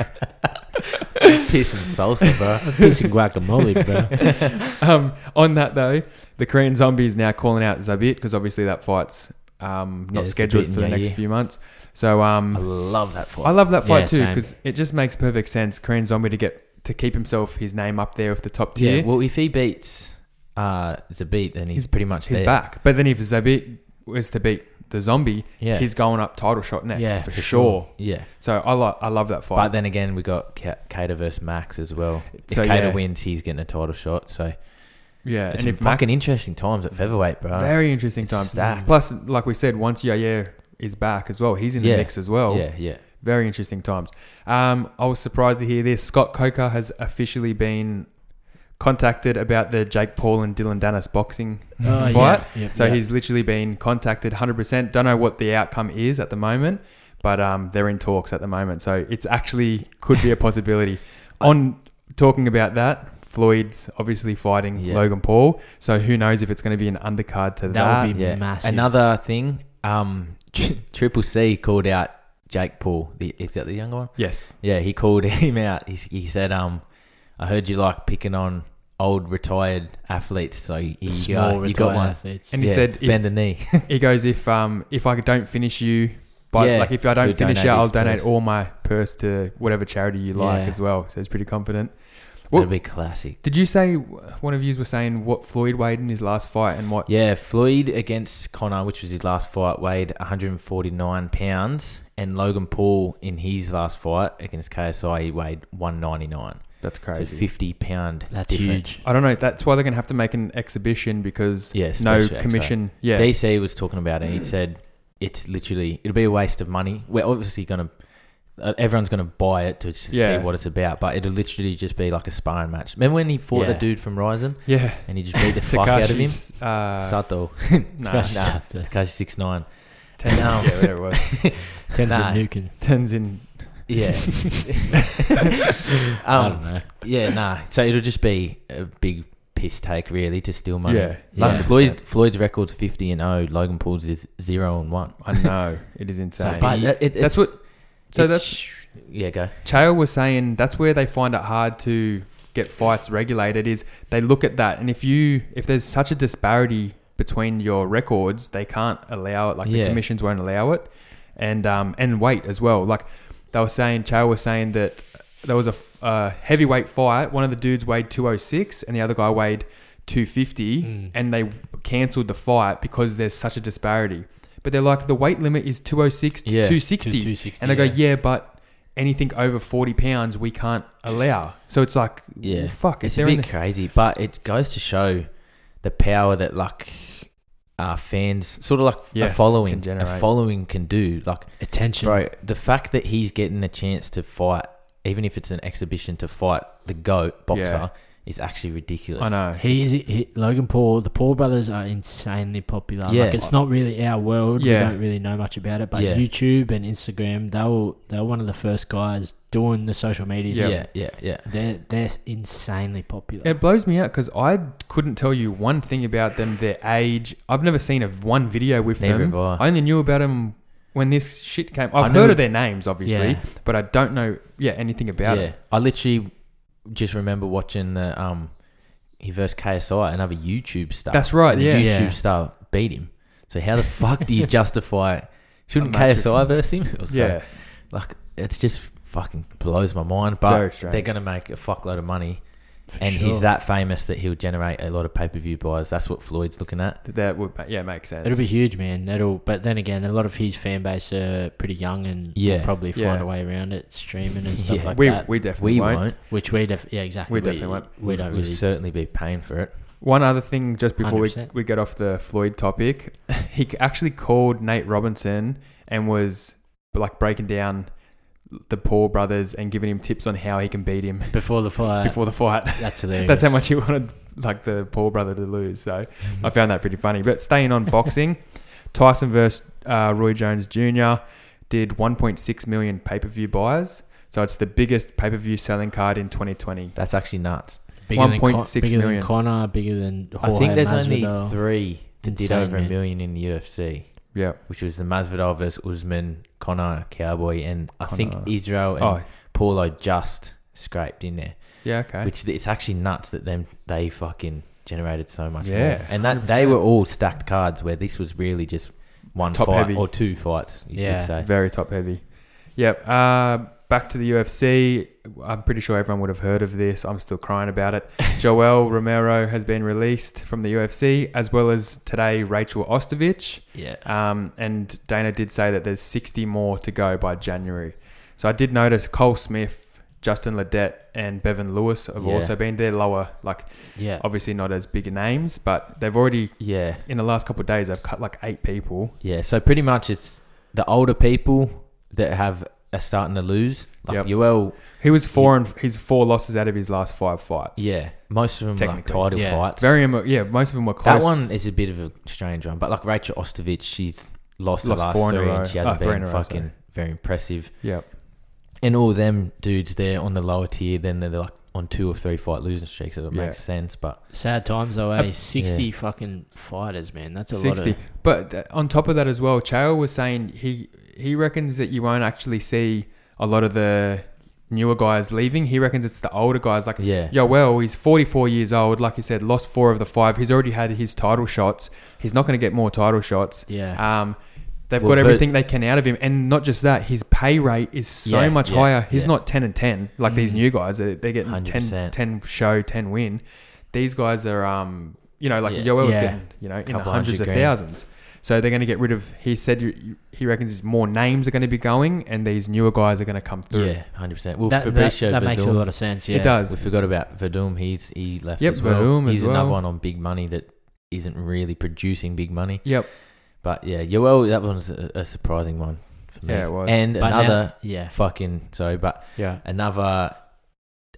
Speaker 3: So
Speaker 2: Piss and salsa, bro.
Speaker 1: Pissing guacamole, bro.
Speaker 3: um, on that though, the Korean Zombie is now calling out Zabit because obviously that fight's um,
Speaker 2: Yeah,
Speaker 3: not
Speaker 2: it's a
Speaker 3: scheduled
Speaker 2: bit
Speaker 3: for the
Speaker 2: in our
Speaker 3: next
Speaker 2: year.
Speaker 3: few months. So um,
Speaker 2: I love that
Speaker 3: I
Speaker 2: fight.
Speaker 3: love that fight
Speaker 1: Yeah,
Speaker 3: too
Speaker 1: same.
Speaker 3: because it just makes perfect sense. Korean Zombie to get to keep himself his name up there with the top tier.
Speaker 2: yeah. Well, if he beats uh, Zabit, then he's,
Speaker 3: He's-
Speaker 2: pretty much
Speaker 3: he's
Speaker 2: there.
Speaker 3: back. But then if Zabit was to beat the Zombie,
Speaker 2: Yeah.
Speaker 3: he's going up title shot next
Speaker 1: Yeah,
Speaker 3: for,
Speaker 1: for
Speaker 3: sure.
Speaker 2: yeah.
Speaker 3: So I lo- I love that
Speaker 2: But
Speaker 3: fight.
Speaker 2: then again, we got Ka- Cater versus Max as well. If
Speaker 3: So,
Speaker 2: Cater
Speaker 3: yeah.
Speaker 2: wins, he's getting a title shot. So
Speaker 3: yeah,
Speaker 2: it's
Speaker 3: and if Mac,
Speaker 2: fucking interesting times at featherweight, bro.
Speaker 3: very interesting
Speaker 2: it's
Speaker 3: times.
Speaker 2: stacked.
Speaker 3: Plus, like we said, once Yair is back as well, he's in the
Speaker 2: Yeah.
Speaker 3: mix as well.
Speaker 2: Yeah, yeah.
Speaker 3: Very interesting times. Um, I was surprised to hear this. Scott Coker has officially been contacted about the Jake Paul and Dylan Dennis boxing
Speaker 1: Oh, yeah,
Speaker 3: fight.
Speaker 1: yep,
Speaker 3: So
Speaker 1: yep.
Speaker 3: he's literally been contacted 100%. Don't know what the outcome is at the moment, but um, they're in talks at the moment. So it's actually could be a possibility. On talking about that, Floyd's obviously fighting
Speaker 2: Yeah.
Speaker 3: Logan Paul. So who knows if it's going to be an undercard to that.
Speaker 1: That would be
Speaker 2: yeah.
Speaker 1: massive.
Speaker 2: Another thing, um, Triple C called out Jake Paul. The, is that the younger one?
Speaker 3: yes.
Speaker 2: Yeah, he called him out. He, he said, "Um, I heard you like picking on old retired athletes, so you, you,
Speaker 1: small
Speaker 2: got, you got
Speaker 1: retired
Speaker 2: one."
Speaker 1: athletes.
Speaker 3: And he
Speaker 2: Yeah,
Speaker 3: said if-
Speaker 2: "Bend the knee."
Speaker 3: He goes, if um, if I don't finish you, but
Speaker 2: Yeah,
Speaker 3: like if I don't
Speaker 2: he'll
Speaker 3: finish
Speaker 2: donate
Speaker 3: you, I'll
Speaker 2: his
Speaker 3: donate
Speaker 2: purse.
Speaker 3: all my purse to whatever charity you like
Speaker 1: Yeah.
Speaker 3: as well. So he's pretty confident. Well-
Speaker 2: That'd be classic.
Speaker 3: Did you say one of you was saying what Floyd weighed in his last fight and what?
Speaker 2: Yeah, Floyd against Connor, which was his last fight, weighed 149 pounds, and Logan Paul in his last fight against KSI, he weighed 199.
Speaker 3: That's
Speaker 2: So
Speaker 3: crazy.
Speaker 2: 50 pound.
Speaker 1: That's
Speaker 2: difference.
Speaker 1: huge.
Speaker 3: I don't know. That's why they're going to have to make an exhibition because
Speaker 2: Yeah,
Speaker 3: no
Speaker 2: special exo.
Speaker 3: commission. Yeah,
Speaker 2: DC was talking about it. He said it's literally it'll be a waste of money. We're obviously gonna uh, everyone's gonna buy it to s-
Speaker 3: Yeah.
Speaker 2: see what it's about, but it'll literally just be like a sparring match. Remember when he fought
Speaker 1: Yeah.
Speaker 2: the dude from Ryzen
Speaker 3: Yeah.
Speaker 2: and he just beat the fuck out of him?
Speaker 3: Takashi's, Uh,
Speaker 2: Sato,
Speaker 3: nah,
Speaker 1: Especially
Speaker 2: nah.
Speaker 1: Santa.
Speaker 2: Takashi six nine.
Speaker 3: Tenzin,
Speaker 2: No.
Speaker 3: yeah, whatever it was.
Speaker 1: Tenzin
Speaker 2: Nah.
Speaker 1: Nukin.
Speaker 3: Tenzin.
Speaker 2: Yeah.
Speaker 1: I
Speaker 2: um,
Speaker 1: don't know.
Speaker 2: yeah, nah. So it'll just be a big piss take, really, to steal money.
Speaker 3: Yeah.
Speaker 2: Like
Speaker 1: Yeah.
Speaker 2: Floyd, Floyd's record's fifty and zero. Logan Paul's is zero and one.
Speaker 3: I know. It is insane.
Speaker 2: but it- it-
Speaker 3: that's
Speaker 2: it's-
Speaker 3: what. So
Speaker 2: it's-
Speaker 3: that's
Speaker 2: yeah. Go.
Speaker 3: Chael was saying that's where they find it hard to get fights regulated is they look at that and if you if there's such a disparity between your records they can't allow it like
Speaker 2: Yeah.
Speaker 3: the commissions won't allow it and um and weight as well like they were saying Chael was saying that there was a f- uh, heavyweight fight one of the dudes weighed 206 and the other guy weighed 250
Speaker 1: Mm.
Speaker 3: and they cancelled the fight because there's such a disparity but they're like the weight limit is 206 to
Speaker 2: Yeah,
Speaker 3: 260
Speaker 1: Two- 260,
Speaker 3: and they go,
Speaker 1: yeah.
Speaker 3: yeah, but anything over 40 pounds, we can't allow. So it's like,
Speaker 2: Yeah.
Speaker 3: fuck, if
Speaker 2: It's a
Speaker 3: they're in
Speaker 2: bit
Speaker 3: the,
Speaker 2: crazy, but it goes to show the power that like uh, fans, sort of like a
Speaker 3: Yes,
Speaker 2: following,
Speaker 3: can
Speaker 2: a
Speaker 3: generate.
Speaker 2: following can do. Like,
Speaker 1: Attention.
Speaker 2: bro, the fact that he's getting a chance to fight, even if it's an exhibition to fight the goat boxer,
Speaker 3: Yeah.
Speaker 2: is actually ridiculous.
Speaker 3: I know.
Speaker 1: He's he, Logan Paul. The Paul brothers are insanely popular.
Speaker 2: Yeah.
Speaker 1: Like it's not really our world.
Speaker 3: Yeah.
Speaker 1: We don't really know much about it. But
Speaker 2: Yeah.
Speaker 1: YouTube and Instagram, they were they were one of the first guys doing the social media.
Speaker 3: Yeah.
Speaker 2: Yeah, yeah, yeah.
Speaker 1: They're they're insanely popular.
Speaker 3: It blows me out because I couldn't tell you one thing about them, their age. I've never seen a one video with
Speaker 2: Neither
Speaker 3: them.
Speaker 2: have I.
Speaker 3: I only knew about them when this shit came. I've
Speaker 2: I
Speaker 3: heard
Speaker 2: know-
Speaker 3: of their names, obviously,
Speaker 1: Yeah.
Speaker 3: but I don't know, yeah, anything about
Speaker 2: yeah.
Speaker 3: it.
Speaker 2: I literally just remember watching the um he versus KSI, another YouTube star.
Speaker 3: That's right,
Speaker 2: And the
Speaker 3: yeah.
Speaker 2: YouTube
Speaker 1: Yeah.
Speaker 2: star beat him. So how the fuck do you justify? Shouldn't
Speaker 3: A match with
Speaker 2: KSI verse him? Or so?
Speaker 3: Yeah,
Speaker 2: like it's just fucking blows my mind.
Speaker 3: Very
Speaker 2: But
Speaker 3: strange.
Speaker 2: they're gonna make a fuckload of money,
Speaker 1: for
Speaker 2: and
Speaker 1: sure.
Speaker 2: he's that famous that he'll generate a lot of pay per view buys. That's what Floyd's looking at.
Speaker 3: that would, ma- yeah, make sense.
Speaker 1: It'll be huge, man. That'll. But then again, a lot of his fan base are pretty young and will
Speaker 2: Yeah.
Speaker 1: probably
Speaker 3: Yeah.
Speaker 1: find a way around it, streaming and stuff
Speaker 2: Yeah.
Speaker 1: like
Speaker 3: we,
Speaker 1: that.
Speaker 3: we definitely
Speaker 2: We
Speaker 3: won't.
Speaker 2: won't.
Speaker 1: which we def- yeah exactly.
Speaker 3: We definitely won't.
Speaker 1: We don't
Speaker 2: We'll
Speaker 1: really.
Speaker 2: certainly be paying for it.
Speaker 3: One other thing, just before we,
Speaker 1: 100%.
Speaker 3: we get off the Floyd topic, he actually called Nate Robinson and was like breaking down the Paul brothers and giving him tips on how he can beat him
Speaker 1: Before the fire.
Speaker 3: before the fight.
Speaker 1: that's hilarious.
Speaker 3: That's how much he wanted like the Paul brother to lose. So I found that pretty funny. But staying on boxing, Tyson versus uh, Roy Jones Jr. did 1.6 million pay per view buys. So it's the biggest pay per view selling card in 2020.
Speaker 2: That's actually nuts.
Speaker 1: bigger than Con-
Speaker 3: 1.6
Speaker 1: bigger
Speaker 3: million.
Speaker 1: than Connor, bigger than.
Speaker 2: I think
Speaker 1: Jorge
Speaker 2: there's
Speaker 1: Masvidal.
Speaker 2: only three that did
Speaker 1: Insane,
Speaker 2: over a
Speaker 1: man.
Speaker 2: million in the UFC,
Speaker 3: Yeah.
Speaker 2: which was the Masvidal versus Usman, Connor, Cowboy, and I think
Speaker 3: Conor.
Speaker 2: Israel and
Speaker 3: Oh,
Speaker 2: Paulo just scraped in there.
Speaker 3: yeah. Okay.
Speaker 2: Which it's actually nuts that them they fucking generated so much.
Speaker 3: Yeah,
Speaker 2: more. and that they
Speaker 1: 100%.
Speaker 2: were all stacked cards where this was really just one
Speaker 3: Top
Speaker 2: fight
Speaker 3: heavy.
Speaker 2: or two fights. You
Speaker 1: Yeah.
Speaker 2: could say.
Speaker 3: Very top heavy. Yep. Uh, back to the UFC. I'm pretty sure everyone would have heard of this. I'm still crying about it. Joel Romero has been released from the UFC, as well as today Rachel Ostovich.
Speaker 2: Yeah,
Speaker 3: Um, and Dana did say that there's 60 more to go by January. So I did notice Cole Smith, Justin Ledette, and Bevan Lewis have
Speaker 2: Yeah.
Speaker 3: also been there lower. Like
Speaker 1: Yeah.
Speaker 3: obviously not as big names, but they've already
Speaker 2: yeah,
Speaker 3: in the last couple of days they've cut like eight people.
Speaker 2: yeah. So pretty much it's the older people that have are starting to lose. Like
Speaker 3: Yep.
Speaker 2: Yoel,
Speaker 3: He was four and he's four losses out of his last five fights.
Speaker 2: yeah, most of them like
Speaker 3: Technically,
Speaker 2: title
Speaker 1: yeah.
Speaker 2: fights.
Speaker 3: Very, emo- yeah, most of them were
Speaker 2: that
Speaker 3: close.
Speaker 2: one is a bit of a strange one, but like Rachel Ostovich, she's lost,
Speaker 3: Lost
Speaker 2: the last
Speaker 3: four in a
Speaker 2: three,
Speaker 3: row.
Speaker 2: and she
Speaker 3: Oh,
Speaker 2: hasn't
Speaker 3: three in
Speaker 2: been
Speaker 3: a row,
Speaker 2: fucking
Speaker 3: sorry.
Speaker 2: very impressive.
Speaker 3: Yep.
Speaker 2: and all them dudes they're on the lower tier then they're like on two or three fight losing streaks so it
Speaker 3: Yeah.
Speaker 2: makes sense but
Speaker 1: Sad times though, eh?
Speaker 3: Uh,
Speaker 1: Sixty
Speaker 2: yeah.
Speaker 1: fucking fighters, man. That's a lot
Speaker 3: 60.
Speaker 1: of.
Speaker 3: But th- on top of that as well, Chael was saying he he reckons that you won't actually see a lot of the newer guys leaving. He reckons it's the older guys like
Speaker 2: yeah
Speaker 3: Yo, well, he's 44 years old. Like you said, lost four of the five. He's already had his title shots. He's not going to get more title shots.
Speaker 1: Yeah.
Speaker 3: Um, they've
Speaker 2: Well,
Speaker 3: got
Speaker 2: but-
Speaker 3: everything they can out of him, and not just that, his pay rate is so
Speaker 2: Yeah,
Speaker 3: much
Speaker 2: yeah,
Speaker 3: higher. He's
Speaker 2: yeah.
Speaker 3: not ten and ten like these
Speaker 1: Mm.
Speaker 3: new guys. They're, they're getting 10,
Speaker 2: 100%.
Speaker 3: 10 show, ten win. These guys are, um, you know, like
Speaker 2: Yeah.
Speaker 3: Yoel was
Speaker 1: Yeah.
Speaker 3: getting, you know, in the
Speaker 2: Couple
Speaker 3: hundreds
Speaker 2: hundred
Speaker 3: of
Speaker 2: grand.
Speaker 3: thousands. So they're going to get rid of. He said you- you- he reckons more names are going to be going, and these newer guys are going to come through.
Speaker 2: yeah 100% well
Speaker 1: That, that,
Speaker 2: Fabricio
Speaker 1: that makes a
Speaker 2: Verdum,
Speaker 1: lot of sense. Yeah.
Speaker 3: It does.
Speaker 2: we forgot about Verdum he's he left
Speaker 3: Yep,
Speaker 2: as well
Speaker 3: Verdum as
Speaker 2: he's another
Speaker 3: well.
Speaker 2: one on big money that isn't really producing big money
Speaker 3: Yep.
Speaker 2: But yeah, Yoel, that one's a, a surprising one for me.
Speaker 3: Yeah, it was.
Speaker 2: And
Speaker 1: But now-
Speaker 2: another
Speaker 1: yeah.
Speaker 2: fucking sorry, but
Speaker 3: Yeah.
Speaker 2: another.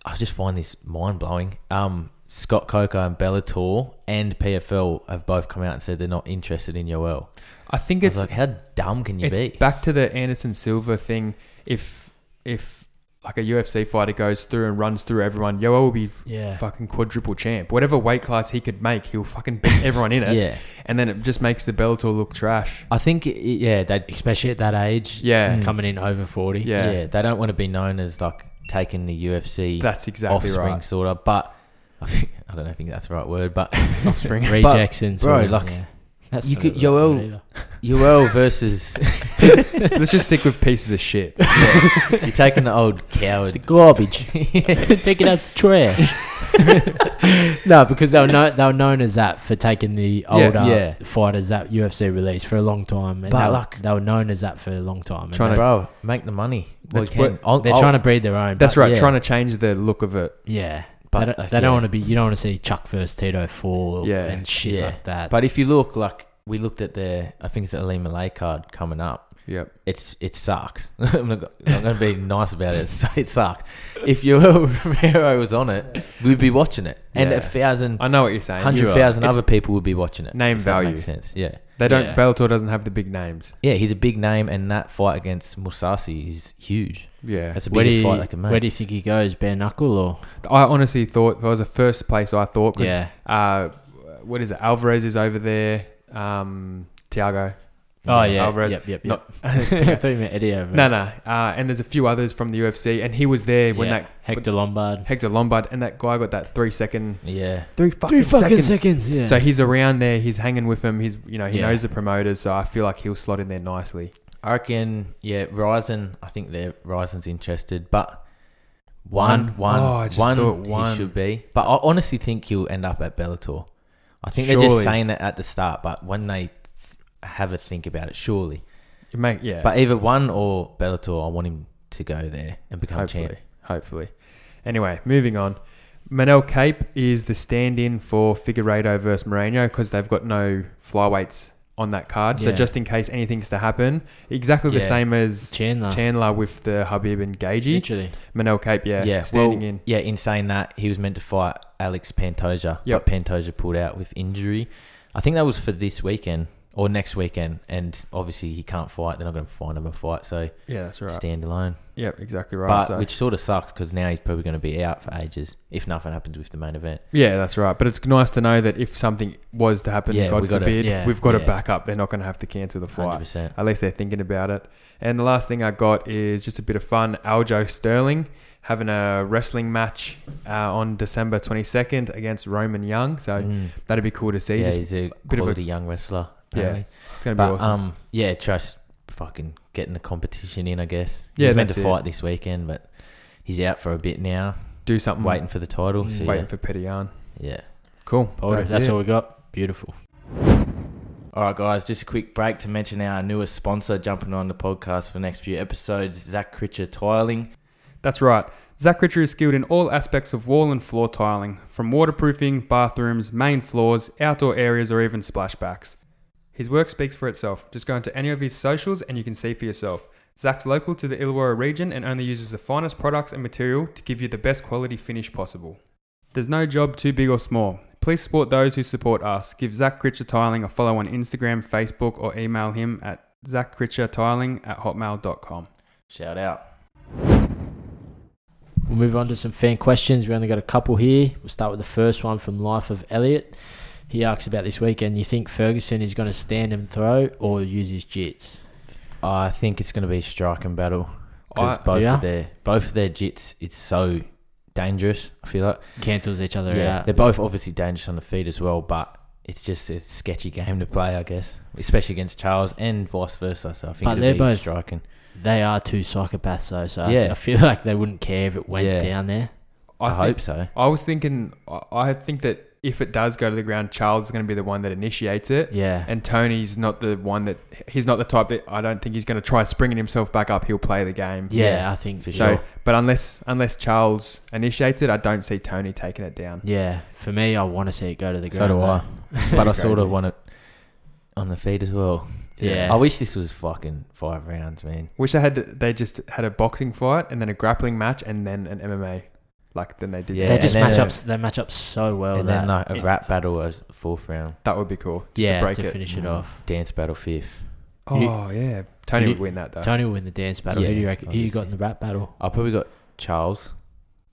Speaker 2: I just find this mind blowing. Um, Scott Coker and Bellator and PFL have both come out and said they're not interested in Yoel.
Speaker 3: I think
Speaker 2: I was
Speaker 3: it's
Speaker 2: like, how dumb can you
Speaker 3: it's
Speaker 2: be?
Speaker 3: back to the Anderson Silva thing. If if like a UFC fighter goes through and runs through everyone, Yoel will be
Speaker 1: Yeah.
Speaker 3: fucking quadruple champ. Whatever weight class he could make, he'll fucking beat everyone in it.
Speaker 2: yeah,
Speaker 3: And then it just makes the Bellator look trash.
Speaker 2: I think it- yeah they
Speaker 1: Especially at that age.
Speaker 2: Mm.
Speaker 3: Yeah.
Speaker 1: Coming in over 40.
Speaker 3: Yeah.
Speaker 2: yeah. they don't want to be known as like taking the UFC
Speaker 3: That's exactly
Speaker 2: offspring
Speaker 3: right.
Speaker 2: sort of, but I, think, I don't know, I think that's the right word, but
Speaker 3: Offspring.
Speaker 1: Rejects and
Speaker 2: bro,
Speaker 1: sort of-
Speaker 2: like,
Speaker 1: yeah. That's
Speaker 2: you
Speaker 1: not
Speaker 2: could-
Speaker 1: a real
Speaker 2: Yoel-
Speaker 1: word either.
Speaker 2: Yoel versus
Speaker 3: Let's just stick with pieces of shit.
Speaker 2: you're taking the old coward.
Speaker 1: The garbage. Take it out the trash. no, because they were, no, they were known as that for taking the
Speaker 3: Yeah,
Speaker 1: older
Speaker 2: yeah.
Speaker 1: fighters that UFC released for a long time. And
Speaker 2: But
Speaker 1: they, were-
Speaker 2: like-
Speaker 1: they were known as that for a long time. and
Speaker 3: Trying to-
Speaker 2: Bro, make the money. Well, you
Speaker 3: That's what-
Speaker 2: can. I'll-
Speaker 1: they, are
Speaker 2: I'll-
Speaker 1: trying to breed their own.
Speaker 3: That's
Speaker 1: but
Speaker 3: right.
Speaker 2: yeah.
Speaker 3: Trying to change the look of it.
Speaker 1: Yeah.
Speaker 2: But,
Speaker 1: they don't,
Speaker 2: like,
Speaker 1: they don't
Speaker 2: yeah.
Speaker 1: want to be. You don't want to see Chuck versus Tito fall.
Speaker 3: Yeah,
Speaker 1: and shit
Speaker 2: yeah.
Speaker 1: like that.
Speaker 2: Uh, But if you look, like we looked at the, I think it's the Ali Malay card coming up.
Speaker 3: Yep.
Speaker 2: It's it sucks. I'm not, I'm going to be nice about it. Say It sucks. If Yoel Romero was on it, we'd be watching it, and
Speaker 3: Yeah.
Speaker 2: a thousand,
Speaker 3: I know what you're saying.
Speaker 2: hundred
Speaker 3: You're right.
Speaker 2: thousand
Speaker 3: It's-
Speaker 2: other people would be watching it.
Speaker 3: Name
Speaker 2: if that
Speaker 3: value.
Speaker 2: makes sense. Yeah,
Speaker 3: They don't.
Speaker 1: Yeah.
Speaker 3: Bellator doesn't have the big names.
Speaker 2: yeah. He's a big name, and that fight against Musasi is huge.
Speaker 3: Yeah.
Speaker 2: That's the
Speaker 1: where do
Speaker 2: biggest
Speaker 1: you,
Speaker 2: fight they can make.
Speaker 1: where do you think he goes? Bare knuckle or
Speaker 3: I honestly thought that was the first place I thought because
Speaker 1: yeah?
Speaker 3: uh, what is it? Alvarez is over there. Um, Tiago.
Speaker 1: Oh yeah.
Speaker 3: Alvarez.
Speaker 1: Yep. Yep. yep.
Speaker 3: Not-
Speaker 1: I thought you meant Eddie Alvarez.
Speaker 3: No, no. Uh, and there's a few others from the UFC, and he was there when
Speaker 1: Yeah.
Speaker 3: that
Speaker 1: Hector Lombard.
Speaker 3: Hector Lombard and that guy got that three second,
Speaker 2: Yeah,
Speaker 3: three fucking,
Speaker 1: Three fucking seconds. yeah.
Speaker 3: So he's around there. He's hanging with him. He's you know he
Speaker 1: Yeah.
Speaker 3: knows the promoters, so I feel like he'll slot in there nicely.
Speaker 2: I reckon. Yeah, Ryzen. I think they're Ryzen's interested, but one,
Speaker 1: One.
Speaker 2: one,
Speaker 3: Oh, I just
Speaker 2: one
Speaker 3: thought
Speaker 2: he
Speaker 3: one.
Speaker 2: should be. But I honestly think he'll end up at Bellator. I think they're just
Speaker 3: Surely.
Speaker 2: saying that at the start, but when they th- have a think about it, surely.
Speaker 3: It may, yeah.
Speaker 2: But either one or Bellator, I want him to go there and become
Speaker 3: hopefully,
Speaker 2: champ.
Speaker 3: hopefully. Anyway, moving on. Manel Cape is the stand-in for Figueiredo versus Moreno because they've got no flyweights on that card. So
Speaker 1: Yeah.
Speaker 3: just in case anything's to happen, exactly the
Speaker 2: Yeah.
Speaker 3: same as
Speaker 1: Chandler.
Speaker 3: Chandler with the Habib and Gagey.
Speaker 1: Literally.
Speaker 3: Manel Cape, yeah,
Speaker 2: yeah,
Speaker 3: standing
Speaker 2: well,
Speaker 3: in.
Speaker 2: Yeah, in saying that, he was meant to fight Alex Pantoja,
Speaker 3: Yep.
Speaker 2: but Pantoja pulled out with injury. I think that was for this weekend or next weekend, and obviously he can't fight. They're not going to find him a fight, so
Speaker 3: Yeah, that's right.
Speaker 2: stand alone.
Speaker 3: Yep, exactly right.
Speaker 2: but
Speaker 3: so-
Speaker 2: which sort of sucks because now he's probably going to be out for ages if nothing happens with the main event.
Speaker 3: yeah, that's right. But it's nice to know that if something was to happen,
Speaker 2: Yeah,
Speaker 3: God
Speaker 2: we gotta-
Speaker 3: forbid,
Speaker 1: yeah,
Speaker 3: we've got a
Speaker 2: yeah.
Speaker 3: backup. They're not going to have to cancel the
Speaker 2: Hundred
Speaker 3: fight.
Speaker 2: percent.
Speaker 3: At least they're thinking about it. And the last thing I got is just a bit of fun. Aljo Sterling having a wrestling match uh, on December 22nd against Roman Young. So that'd be cool to see.
Speaker 2: Mm. Yeah,
Speaker 3: Just,
Speaker 2: he's a
Speaker 3: bit of a-
Speaker 2: quality young wrestler. Apparently.
Speaker 3: it's going to be
Speaker 2: but
Speaker 3: awesome.
Speaker 2: um, yeah, trust fucking getting the competition in. I guess.
Speaker 3: Yeah,
Speaker 2: he was meant
Speaker 3: that's
Speaker 2: to
Speaker 3: it.
Speaker 2: fight this weekend, but he's out for a bit now,
Speaker 3: Do something.
Speaker 2: waiting for the title.
Speaker 1: Mm.
Speaker 2: So
Speaker 3: waiting for Petty Yarn.
Speaker 2: yeah, yeah.
Speaker 3: Cool.
Speaker 1: Boulder. That's,
Speaker 3: it.
Speaker 1: all we got. Beautiful.
Speaker 2: All right, guys, just a quick break to mention our newest sponsor jumping on the podcast for the next few episodes, Zach Critcher Tiling.
Speaker 3: That's right. Zach Richer is skilled in all aspects of wall and floor tiling, from waterproofing, bathrooms, main floors, outdoor areas, or even splashbacks. His work speaks for itself. Just go into any of his socials and you can see for yourself. Zach's local to the Illawarra region and only uses the finest products and material to give you the best quality finish possible. There's no job too big or small. Please support those who support us. Give Zach Critcher Tiling a follow on Instagram, Facebook, or email him at zachcritchertiling at hotmail.com.
Speaker 2: Shout out.
Speaker 1: We'll move on to some fan questions. We only got a couple here. We'll start with the first one from Life of Elliot. He asks about this weekend. You think Ferguson is going to stand and throw or use his jits?
Speaker 2: I think it's going to be a striking battle because
Speaker 3: I-
Speaker 2: both
Speaker 1: Yeah.
Speaker 2: of their both of their jits it's so dangerous. I feel like
Speaker 1: Cancels each other out.
Speaker 2: they're both obviously dangerous on the feet as well, but it's just a sketchy game to play, I guess, especially against Charles and vice versa. So I think
Speaker 1: But
Speaker 2: it'll
Speaker 1: they're
Speaker 2: be
Speaker 1: both-
Speaker 2: striking.
Speaker 1: They are two psychopaths, though. So I,
Speaker 2: Yeah.
Speaker 1: I feel like they wouldn't care if it went
Speaker 2: Yeah.
Speaker 1: down there.
Speaker 2: I,
Speaker 3: think-
Speaker 2: hope so.
Speaker 3: I was thinking, I- I think that if it does go to the ground, Charles is going to be the one that initiates it.
Speaker 1: Yeah.
Speaker 3: And Tony's not the one that, he's not the type that I don't think he's going to try springing himself back up. He'll play the game.
Speaker 1: yeah,
Speaker 2: Yeah.
Speaker 1: I think.
Speaker 2: For
Speaker 3: So,
Speaker 2: sure.
Speaker 3: but unless unless Charles initiates it, I don't see Tony taking it down.
Speaker 1: Yeah. For me, I want to see it go to the
Speaker 2: So
Speaker 1: ground.
Speaker 2: do I.
Speaker 1: though.
Speaker 2: But I
Speaker 3: Crazy.
Speaker 2: sort of want to. on the feet as well.
Speaker 1: Yeah.
Speaker 2: I wish this was fucking five rounds, man.
Speaker 3: Wish I had. They just had a boxing fight and then a grappling match and then an MMA, like then they did.
Speaker 2: Yeah,
Speaker 1: they just
Speaker 2: and then-
Speaker 1: match up. They match up so well.
Speaker 2: and
Speaker 1: Oh, that,
Speaker 2: then like a rap battle as fourth round,
Speaker 3: That would be cool. Just
Speaker 1: yeah,
Speaker 3: to break it.
Speaker 1: finish it
Speaker 2: Mm.
Speaker 1: off.
Speaker 2: dance battle fifth.
Speaker 1: You-
Speaker 3: Oh yeah, Tony
Speaker 1: you-
Speaker 3: would win that though.
Speaker 1: Tony will win the dance battle. Who
Speaker 2: Yeah,
Speaker 1: do you reckon? Who you got in the rap battle?
Speaker 2: I probably got Charles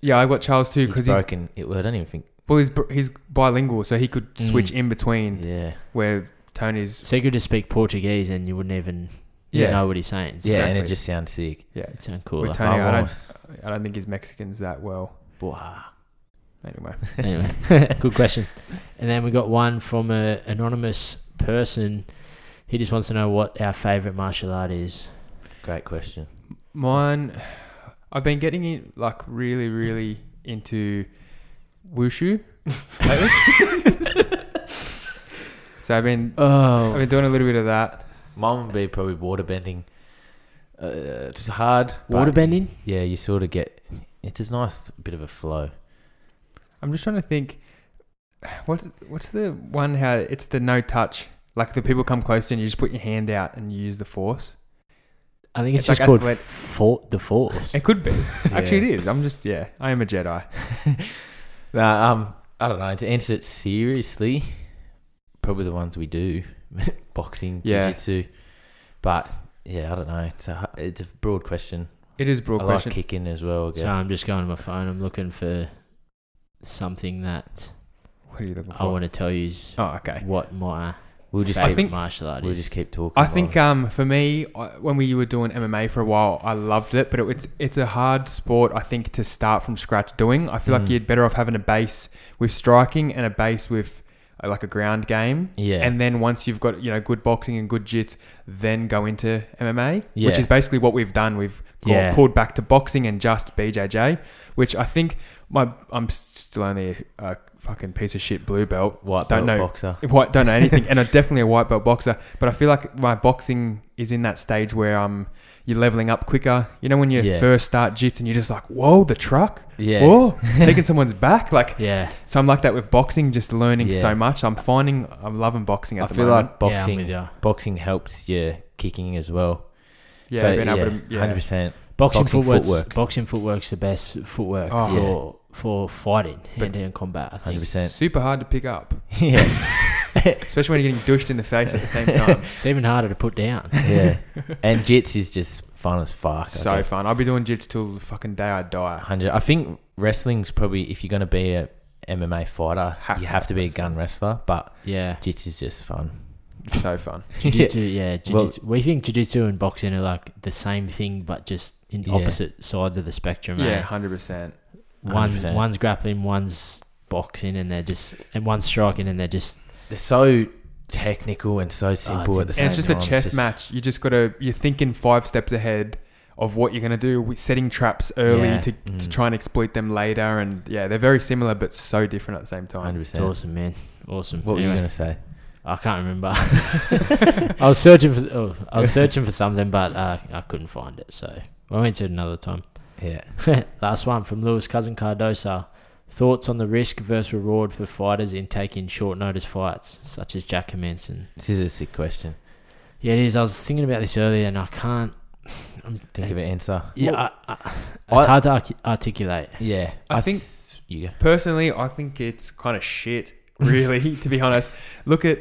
Speaker 3: Yeah, I got Charles too because
Speaker 2: because
Speaker 3: he's,
Speaker 2: broken. It, well, I don't even think.
Speaker 3: well, he's br- he's bilingual, so he could
Speaker 1: Mm.
Speaker 3: switch in between
Speaker 2: Yeah,
Speaker 3: where Tony's.
Speaker 1: So you could just speak Portuguese and you wouldn't even you
Speaker 3: Yeah.
Speaker 1: know what he's saying. It's
Speaker 2: yeah, and it
Speaker 3: Exactly.
Speaker 2: just sounds sick.
Speaker 3: Yeah,
Speaker 1: it sounds cooler.
Speaker 3: With Tony, I don't-
Speaker 2: Vamos.
Speaker 3: I don't think his Mexicans that well.
Speaker 1: Wow.
Speaker 3: Anyway,
Speaker 1: anyway, good question. And then we got one from a anonymous person. He just wants to know what our favorite martial art is.
Speaker 2: Great question.
Speaker 3: mine, I've been getting in, like really, really into wushu lately. so I've been I've
Speaker 1: Oh,
Speaker 3: been doing a little bit of that.
Speaker 2: Mine would be probably waterbending. Uh, it's hard. but
Speaker 1: waterbending.
Speaker 2: Yeah, you sort of get. It's a nice bit of a flow.
Speaker 3: I'm just trying to think. What's what's the one? How it's the no touch. Like the people come close to you and you just put your hand out and you use the force.
Speaker 1: I think it's,
Speaker 3: It's
Speaker 1: just
Speaker 3: like
Speaker 1: called
Speaker 3: athletic-
Speaker 1: for, the force.
Speaker 3: It could be. Actually,
Speaker 2: Yeah.
Speaker 3: it is. I'm just yeah. I am a Jedi.
Speaker 2: Nah, um, I don't know. To answer it seriously, probably the ones we do, boxing,
Speaker 3: Yeah.
Speaker 2: jiu-jitsu. But yeah, I don't know. It's a hu- it's a broad question.
Speaker 3: It is broad
Speaker 2: I
Speaker 3: question.
Speaker 2: like kicking as well. I guess.
Speaker 1: So I'm just going to my phone. I'm looking for something that
Speaker 3: what are you looking for?
Speaker 1: I want to tell you is
Speaker 3: oh, okay.
Speaker 1: what my
Speaker 2: we'll just
Speaker 1: favorite
Speaker 2: keep,
Speaker 3: think-
Speaker 1: martial art
Speaker 2: we'll
Speaker 1: is.
Speaker 2: just keep talking.
Speaker 3: I
Speaker 2: while-
Speaker 3: think um for me I- when we were doing MMA for a while, I loved it, but it, it's it's a hard sport I think to start from scratch doing. I feel
Speaker 2: Mm.
Speaker 3: like you'd better off having a base with striking and a base with uh, like a ground game.
Speaker 2: yeah,
Speaker 3: And then once you've got you know good boxing and good jits, then go into MMA,
Speaker 2: Yeah.
Speaker 3: which is basically what we've done. We've got,
Speaker 1: Yeah.
Speaker 3: pulled back to boxing and just BJJ, which I think my I'm still only a, a fucking piece of shit blue belt.
Speaker 2: white belt
Speaker 3: don't know.
Speaker 2: boxer.
Speaker 3: White, don't know anything, and I'm definitely a white belt boxer. But I feel like my boxing is in that stage where um you're leveling up quicker. You know when you
Speaker 2: Yeah.
Speaker 3: first start jits and you're just like, whoa, the truck,
Speaker 2: Yeah,
Speaker 3: whoa, taking someone's back. Like
Speaker 1: yeah,
Speaker 3: so, I'm like that with boxing, just learning
Speaker 2: Yeah.
Speaker 3: so much. I'm finding I'm loving boxing at
Speaker 2: I
Speaker 3: the
Speaker 2: feel
Speaker 3: moment.
Speaker 2: like
Speaker 1: yeah, I'm
Speaker 2: boxing.
Speaker 1: with ya.
Speaker 2: boxing helps your kicking as well.
Speaker 3: yeah,
Speaker 2: So,
Speaker 3: being
Speaker 2: yeah,
Speaker 3: able to
Speaker 2: hundred
Speaker 3: yeah.
Speaker 2: percent.
Speaker 1: Boxing,
Speaker 2: Boxing
Speaker 1: footwork's,
Speaker 2: footwork.
Speaker 1: Boxing footwork's the best footwork
Speaker 3: Oh.
Speaker 1: for for fighting,
Speaker 3: But-
Speaker 1: hand to hand combat. I think.
Speaker 2: 100%.
Speaker 3: super hard to pick up,
Speaker 2: Yeah,
Speaker 3: especially when you're getting douched in the face at the same time.
Speaker 1: It's even harder to put down.
Speaker 2: yeah. And jits is just fun as fuck. I
Speaker 3: so fun. I'll be doing jits till the fucking day I die.
Speaker 2: Hundred. I think wrestling's probably if you're gonna be a MMA fighter,
Speaker 3: Have
Speaker 2: you
Speaker 3: to
Speaker 2: have to be a
Speaker 3: wrestle.
Speaker 2: gun wrestler. But
Speaker 1: Yeah,
Speaker 2: jits is just fun.
Speaker 3: So fun.
Speaker 1: jiu-jitsu. Yeah,
Speaker 2: Well-
Speaker 1: jiu-jitsu. we think jiu-jitsu and boxing are like the same thing, but just in
Speaker 2: Yeah.
Speaker 1: opposite sides of the spectrum.
Speaker 3: Yeah,
Speaker 1: Yeah,
Speaker 3: hundred percent.
Speaker 1: one's
Speaker 2: 100%.
Speaker 1: one's grappling, one's boxing, and they're just and one's striking, and they're just
Speaker 2: They're so technical and so simple at the
Speaker 1: insane.
Speaker 2: same
Speaker 3: and Oh, it's just a
Speaker 2: time.
Speaker 3: chess match. You just got to you're thinking five steps ahead of what you're going to do, with setting traps early
Speaker 1: Yeah.
Speaker 3: to, to
Speaker 2: Mm.
Speaker 3: try and exploit them later. And yeah, they're very similar but so different at the same time.
Speaker 2: Hundred
Speaker 1: it's
Speaker 2: percent.
Speaker 1: awesome, man. Awesome.
Speaker 2: What were you
Speaker 1: Anyway,
Speaker 2: gonna say?
Speaker 1: I can't remember. I was searching for oh, I was searching for something, but uh, I couldn't find it. So I went to it another time.
Speaker 2: Yeah.
Speaker 1: Last one from Lewis Cousin Cardosa. Thoughts on the risk versus reward for fighters in taking short notice fights, such as Jack Manson?
Speaker 2: This is a sick question.
Speaker 1: Yeah, it is. I was thinking about this earlier, and I can't. I'm,
Speaker 2: Think of an answer.
Speaker 1: Yeah,
Speaker 3: Well,
Speaker 1: I, I, it's
Speaker 2: I-
Speaker 1: hard to arc- articulate.
Speaker 2: Yeah.
Speaker 3: I think-
Speaker 2: th- you
Speaker 3: Personally, I think it's kind of shit, really, to be honest. Look at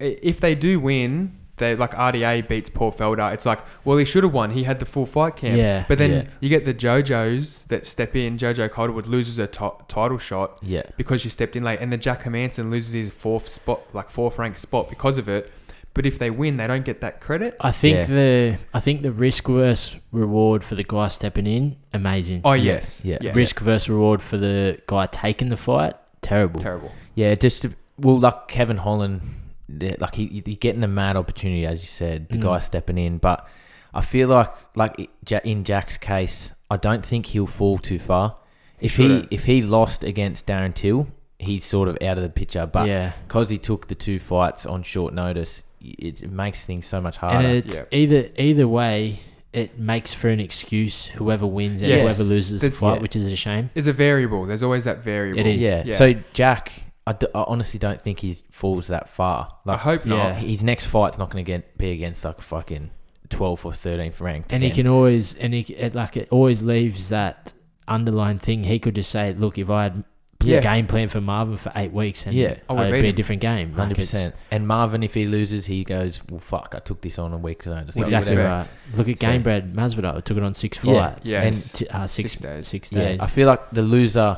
Speaker 3: i- if they do win, they like RDA beats Paul Felder. It's like, well, he should have won. He had the full fight camp.
Speaker 1: Yeah,
Speaker 3: But then
Speaker 2: Yeah.
Speaker 3: you get the JoJo's that step in. JoJo Calderwood loses her ti- title shot.
Speaker 2: Yeah.
Speaker 3: because you stepped in late, and then Jack Hermanson loses his fourth spot, like fourth ranked spot because of it. But if they win, they don't get that credit.
Speaker 1: I think
Speaker 2: Yeah.
Speaker 1: the I think the risk versus reward for the guy stepping in, amazing.
Speaker 3: Oh yes,
Speaker 2: Yeah.
Speaker 3: yes.
Speaker 1: risk versus reward for the guy taking the fight, terrible.
Speaker 3: terrible.
Speaker 2: Yeah, just to- well, like Kevin Holland, yeah, like he, you're getting a mad opportunity, as you said, the
Speaker 1: Mm.
Speaker 2: guy stepping in. But I feel like, like it- Ja- in Jack's case, I don't think he'll fall too far. If he
Speaker 3: shouldn't.
Speaker 2: if he lost against Darren Till, he's sort of out of the picture. But
Speaker 1: yeah,
Speaker 2: because he took the two fights on short notice, it, it makes things so much
Speaker 1: and
Speaker 2: harder.
Speaker 1: it's
Speaker 3: Yeah.
Speaker 1: either either way, it makes for an excuse. Whoever wins and
Speaker 3: Yes.
Speaker 1: whoever loses the
Speaker 3: That's-
Speaker 1: fight,
Speaker 2: yeah.
Speaker 1: which is a shame.
Speaker 3: It's a variable. There's always that variable.
Speaker 1: It is.
Speaker 2: yeah.
Speaker 3: yeah.
Speaker 2: So Jack, I, d- I honestly don't think he falls that far.
Speaker 3: I
Speaker 2: Like,
Speaker 3: hope not.
Speaker 1: Yeah.
Speaker 2: his next fight's not going to get be against like a fucking 12th or 13th ranked.
Speaker 1: And he
Speaker 2: again.
Speaker 1: can always, and he it, like it always leaves that underlying thing. He could just say, "Look, if I had pl-
Speaker 2: Yeah.
Speaker 1: game plan for Marvin for eight weeks, and
Speaker 2: Yeah.
Speaker 3: I would
Speaker 1: it'd
Speaker 3: beat
Speaker 1: be a
Speaker 3: him.
Speaker 1: different game." Like,
Speaker 2: 100%. And Marvin, if he loses, he goes, well, fuck, I took this on a week's notice.
Speaker 1: it's
Speaker 2: Like,
Speaker 1: exactly
Speaker 2: whatever.
Speaker 1: right. Look at
Speaker 2: So-
Speaker 1: Gamebred Masvidal. It took it on six
Speaker 2: Yeah.
Speaker 1: fights
Speaker 3: Yeah.
Speaker 1: and t- uh, six
Speaker 3: Six days.
Speaker 1: six
Speaker 2: Yeah,
Speaker 1: days.
Speaker 2: I feel like the loser,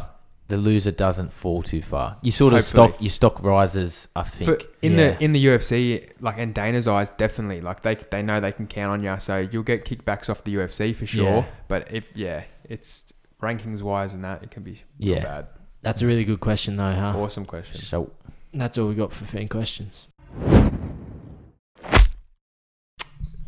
Speaker 2: the loser doesn't fall too far. You sort of
Speaker 3: Hopefully.
Speaker 2: stock, your stock rises. I
Speaker 3: For,
Speaker 2: think.
Speaker 3: in
Speaker 1: Yeah.
Speaker 3: the in the UFC, like in Dana's eyes, definitely, like they they know they can count on you, so you'll get kickbacks off the UFC for sure.
Speaker 1: Yeah.
Speaker 3: But if yeah, it's rankings wise and that it can be real
Speaker 2: yeah.
Speaker 3: bad.
Speaker 1: That's a really good question, though, huh?
Speaker 3: Awesome question.
Speaker 2: So
Speaker 1: That's all we got for fan questions.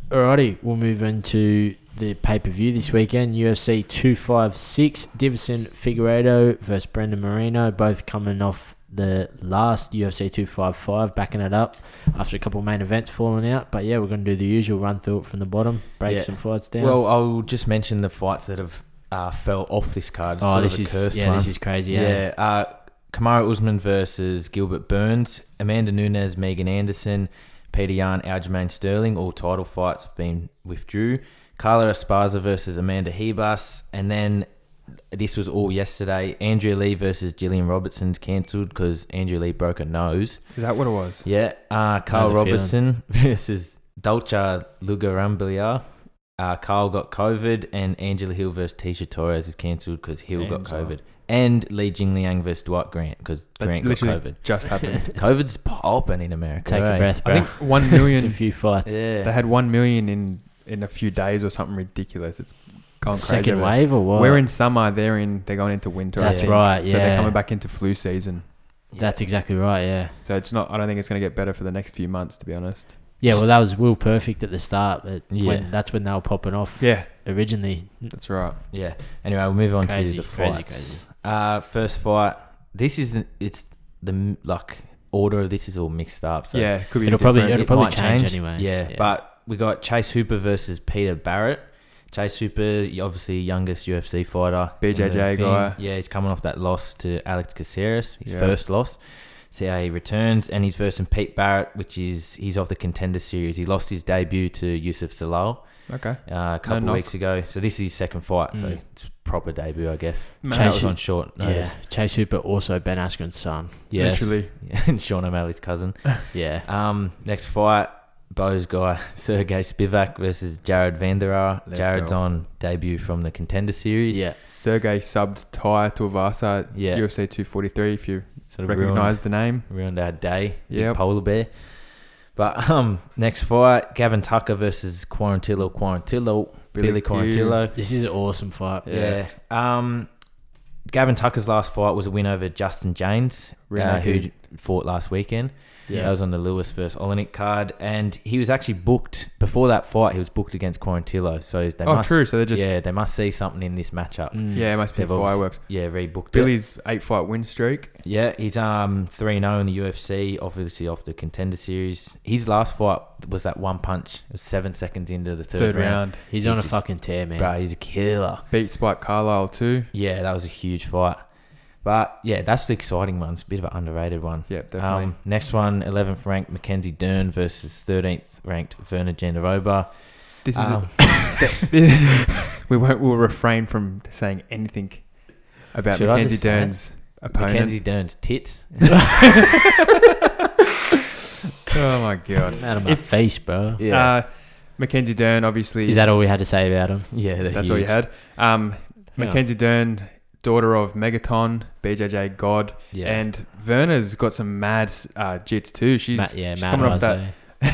Speaker 1: Alrighty, we'll move into the pay per view this weekend. UFC 256, Divison Figueredo versus Brendan Moreno, both coming off the last UFC 255, backing it up after a couple of main events falling out. But yeah, we're going to do the usual run through it from the bottom, break
Speaker 2: Yeah.
Speaker 1: some fights down.
Speaker 2: well, I'll just mention the fights that have uh, fell off this card. It's
Speaker 1: oh,
Speaker 2: sort of
Speaker 1: this
Speaker 2: a
Speaker 1: is
Speaker 2: cursed
Speaker 1: yeah,
Speaker 2: one.
Speaker 1: this is crazy. Yeah,
Speaker 2: yeah. Uh, Kamara Usman versus Gilbert Burns, Amanda Nunes, Megan Anderson, Peter Yarn, Aljamain Sterling. All title fights have been withdrew. Carla Esparza versus Amanda Hebus, and then this was all yesterday. Andrea Lee versus Gillian Robertson's cancelled because Andrea Lee broke her nose.
Speaker 3: Is that what it was?
Speaker 2: Yeah, uh, Carl
Speaker 1: the feeling.
Speaker 2: Robertson versus Dolce Lugarambiliar. Uh, Carl got COVID, and Angela Hill versus Tisha Torres is cancelled because Hill got
Speaker 3: Damn,
Speaker 2: COVID, and Lee Jingliang versus Dwight Grant because
Speaker 3: That
Speaker 2: Grant got
Speaker 3: literally
Speaker 2: COVID.
Speaker 3: just happened.
Speaker 2: COVID's popping in America.
Speaker 1: take
Speaker 2: eh?
Speaker 1: a breath,
Speaker 3: I
Speaker 1: bro.
Speaker 3: think one
Speaker 1: it's a
Speaker 3: million.
Speaker 1: few fights.
Speaker 2: Yeah,
Speaker 3: they had one million in in a few days or something ridiculous. It's gone crazy.
Speaker 1: Second
Speaker 3: over there.
Speaker 1: wave or what?
Speaker 3: We're in summer. They're in. They're going into winter. I
Speaker 1: That's
Speaker 3: think.
Speaker 1: right. Yeah,
Speaker 3: So they're coming back into flu season.
Speaker 1: That's exactly right. Yeah.
Speaker 3: So it's not. I don't think it's going to get better for the next few months, to be honest.
Speaker 1: Yeah, well, that was Will Perfect at the start, but
Speaker 2: Yeah.
Speaker 1: when, that's when they were popping off
Speaker 3: Yeah,
Speaker 1: originally.
Speaker 3: that's right.
Speaker 2: yeah. Anyway, we'll move on
Speaker 1: Crazy,
Speaker 2: to the
Speaker 1: crazy,
Speaker 2: fights.
Speaker 1: crazy.
Speaker 2: Uh, first fight. This isn't. It's the m- like order of this is all mixed up. So
Speaker 3: yeah, could be.
Speaker 1: It'll probably-
Speaker 3: different.
Speaker 1: it'll
Speaker 2: It
Speaker 1: probably
Speaker 2: might
Speaker 1: change anyway.
Speaker 2: Yeah,
Speaker 1: Yeah.
Speaker 2: but we got Chase Hooper versus Peter Barrett. Chase Hooper, obviously youngest UFC fighter, in the
Speaker 3: BJJ
Speaker 2: thing.
Speaker 3: guy.
Speaker 2: Yeah, he's coming off that loss to Alex Caceres, his
Speaker 3: Yeah.
Speaker 2: first loss. See how he returns, and he's versing Pete Barrett, which is he's off the contender series. He lost his debut to Yusuf Salal
Speaker 3: okay.
Speaker 2: uh, a couple
Speaker 3: knock.
Speaker 2: weeks ago, so this is his second fight, so
Speaker 1: Mm.
Speaker 2: it's proper debut, I guess.
Speaker 3: Man,
Speaker 2: That
Speaker 1: Chase
Speaker 2: was on short
Speaker 1: Yeah,
Speaker 2: notice.
Speaker 1: Chase Hooper also Ben Askren's son.
Speaker 2: Yeah,
Speaker 3: Literally,
Speaker 2: and Sean O'Malley's cousin.
Speaker 1: Yeah,
Speaker 2: Um, next fight, Bo's guy Sergey Spivak versus Jared Vanderar.
Speaker 3: Let's
Speaker 2: Jared's
Speaker 3: go.
Speaker 2: on debut from the Contender Series.
Speaker 1: yeah,
Speaker 3: Sergey subbed Tai Tuivasa,
Speaker 2: Yeah.
Speaker 3: UFC 243. If you
Speaker 2: sort of
Speaker 3: recognize the name,
Speaker 2: ruined, ruined our day. big
Speaker 3: Yep.
Speaker 2: polar bear. But um, next fight, Gavin Tucker versus Quarantillo Quarantillo Billy, Quarantillo.
Speaker 1: this is an awesome fight.
Speaker 3: Yeah. Yes.
Speaker 2: Yeah. Um, Gavin Tucker's last fight was a win over Justin James, uh, who
Speaker 3: Renegade.
Speaker 2: fought last weekend. Yeah. That
Speaker 1: yeah,
Speaker 2: was on the Lewis versus Olenek card, and he was actually booked before that fight. He was booked against Quarantillo, so they
Speaker 3: oh,
Speaker 2: must,
Speaker 3: true. So they're just yeah.
Speaker 2: yeah, they must see something in this matchup.
Speaker 1: Mm.
Speaker 3: it must be
Speaker 2: They've obviously-
Speaker 3: fireworks.
Speaker 2: Yeah, rebooked it.
Speaker 3: Billy's eight fight win streak.
Speaker 2: Yeah, he's um three zero in the UFC, obviously off the contender series. His last fight was that one punch. It was seven seconds into the third,
Speaker 3: Third,
Speaker 2: round.
Speaker 3: round.
Speaker 1: he's on a
Speaker 2: Just-
Speaker 1: fucking tear, man.
Speaker 2: Bro, he's a killer.
Speaker 3: beat Spike Carlisle too.
Speaker 2: Yeah, that was a huge fight. But yeah, that's the exciting one. It's a bit of an underrated one.
Speaker 3: Yeah, definitely.
Speaker 2: Um, next one, 11th ranked Mackenzie Dern versus 13th ranked Verna Gendarova.
Speaker 3: this is
Speaker 2: Um,
Speaker 3: we won't. We'll refrain from saying anything about
Speaker 2: Should I
Speaker 3: Mackenzie
Speaker 2: just say it?
Speaker 3: Dern's opponent.
Speaker 2: Mackenzie Dern's tits.
Speaker 3: Oh my god.
Speaker 1: out of my face, bro.
Speaker 2: yeah,
Speaker 3: Uh, Mackenzie Dern, obviously.
Speaker 1: Is that all we had to say about him?
Speaker 2: yeah, they're
Speaker 3: that's all you
Speaker 2: huge.
Speaker 3: had? Um,
Speaker 1: Yeah.
Speaker 3: Mackenzie Dern, daughter of Megaton, BJJ God,
Speaker 2: Yeah,
Speaker 3: and Verna's got some mad uh, jits too. She's
Speaker 1: Ma- yeah,
Speaker 3: she's
Speaker 1: Matt
Speaker 3: coming off
Speaker 1: Rise,
Speaker 3: that-
Speaker 1: eh?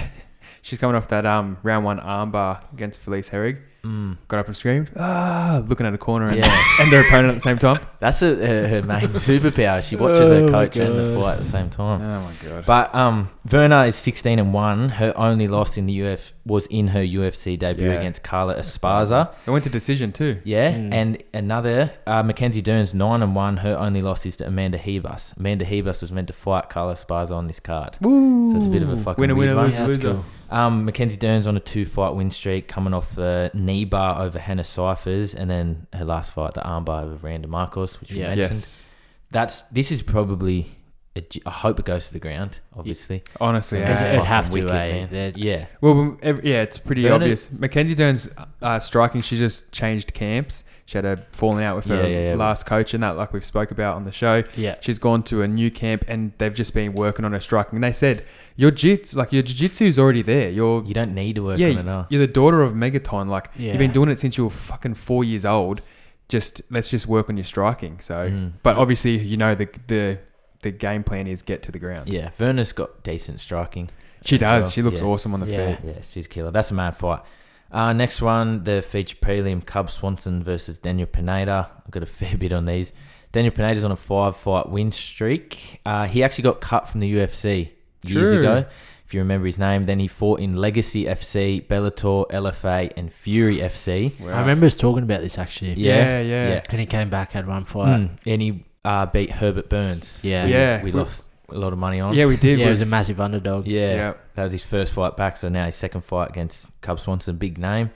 Speaker 3: she's coming off that um round one armbar against Felice Herrig.
Speaker 2: Mm.
Speaker 3: Got up and screamed, ah, looking at a corner and,
Speaker 2: Yeah.
Speaker 3: and their opponent at the same time.
Speaker 2: That's her, her, her main superpower. She watches
Speaker 1: Oh my
Speaker 2: her coach and the
Speaker 1: God.
Speaker 2: fight at the same
Speaker 3: Oh
Speaker 2: time.
Speaker 3: my god.
Speaker 2: But um, Verna is 16 and one. Her only loss in the UF was in her UFC debut
Speaker 3: Yeah.
Speaker 2: against Carla Esparza.
Speaker 3: It went to decision too.
Speaker 2: Yeah,
Speaker 1: Mm.
Speaker 2: and another uh, Mackenzie Dern's nine and one. Her only loss is to Amanda Hebus. Amanda Hebus was meant to fight Carla Esparza on this card.
Speaker 3: Woo.
Speaker 2: So it's a bit of a fucking
Speaker 3: winner,
Speaker 2: weird
Speaker 3: winner,
Speaker 2: one.
Speaker 3: loser,
Speaker 1: Yeah, that's
Speaker 3: loser.
Speaker 1: cool.
Speaker 2: Um, Mackenzie Dern's on a two fight win streak, coming off the knee bar over Hannah Cyphers, and then her last fight, the armbar over Randa Marcos, which we
Speaker 1: Yeah.
Speaker 2: mentioned.
Speaker 3: Yes.
Speaker 2: That's this is probably It, j- I hope it goes to the ground, obviously.
Speaker 3: Honestly,
Speaker 2: Yeah.
Speaker 3: eh?
Speaker 1: It'd have
Speaker 2: Fucking
Speaker 1: to,
Speaker 2: wicked,
Speaker 1: eh?
Speaker 2: man.
Speaker 1: They're-
Speaker 2: Yeah.
Speaker 3: Well, we- ev- yeah, it's pretty
Speaker 2: Vernon-
Speaker 3: obvious. Mackenzie Dern's uh, striking. She just changed camps. She had a falling out with her
Speaker 2: Yeah, yeah, yeah.
Speaker 3: last coach, and that, like we've spoke about on the show.
Speaker 1: Yeah.
Speaker 3: She's gone to a new camp, and they've just been working on her striking. And they said your jits, like your jiu-jitsu is already there. Your
Speaker 2: You don't need to work on it
Speaker 3: yeah,
Speaker 2: now.
Speaker 3: you're the daughter of Megaton. Like
Speaker 1: Yeah.
Speaker 3: you've been doing it since you were fucking four years old. Just let's just work on your striking. So,
Speaker 2: Mm.
Speaker 3: but obviously, you know the the the game plan is get to the ground.
Speaker 2: Yeah, Verna's got decent striking.
Speaker 3: She
Speaker 2: as
Speaker 3: does.
Speaker 2: well.
Speaker 3: She looks
Speaker 2: Yeah.
Speaker 3: awesome on the
Speaker 1: Yeah.
Speaker 3: field.
Speaker 2: Yeah, she's killer. That's a mad fight. Uh, next one, the feature prelim, Cub Swanson versus Daniel Pineda. I've got a fair bit on these. Daniel Pineda's on a five fight win streak. Uh, he actually got cut from the UFC years
Speaker 3: True.
Speaker 2: ago, if you remember his name. Then he fought in Legacy FC, Bellator, LFA, and Fury FC.
Speaker 3: Wow.
Speaker 1: I remember us talking about this actually.
Speaker 2: Yeah,
Speaker 3: Yeah, yeah.
Speaker 2: yeah.
Speaker 1: And he came back, had one fight.
Speaker 2: Mm, and he uh, beat Herbert Burns.
Speaker 1: Yeah.
Speaker 2: We-
Speaker 3: Yeah.
Speaker 2: We lost a lot of money on.
Speaker 3: Yeah, we did.
Speaker 1: Yeah, it
Speaker 3: We-
Speaker 1: was a massive underdog.
Speaker 2: Yeah.
Speaker 3: Yeah.
Speaker 2: That was his first fight back. So now his second fight against Cub Swanson, big name.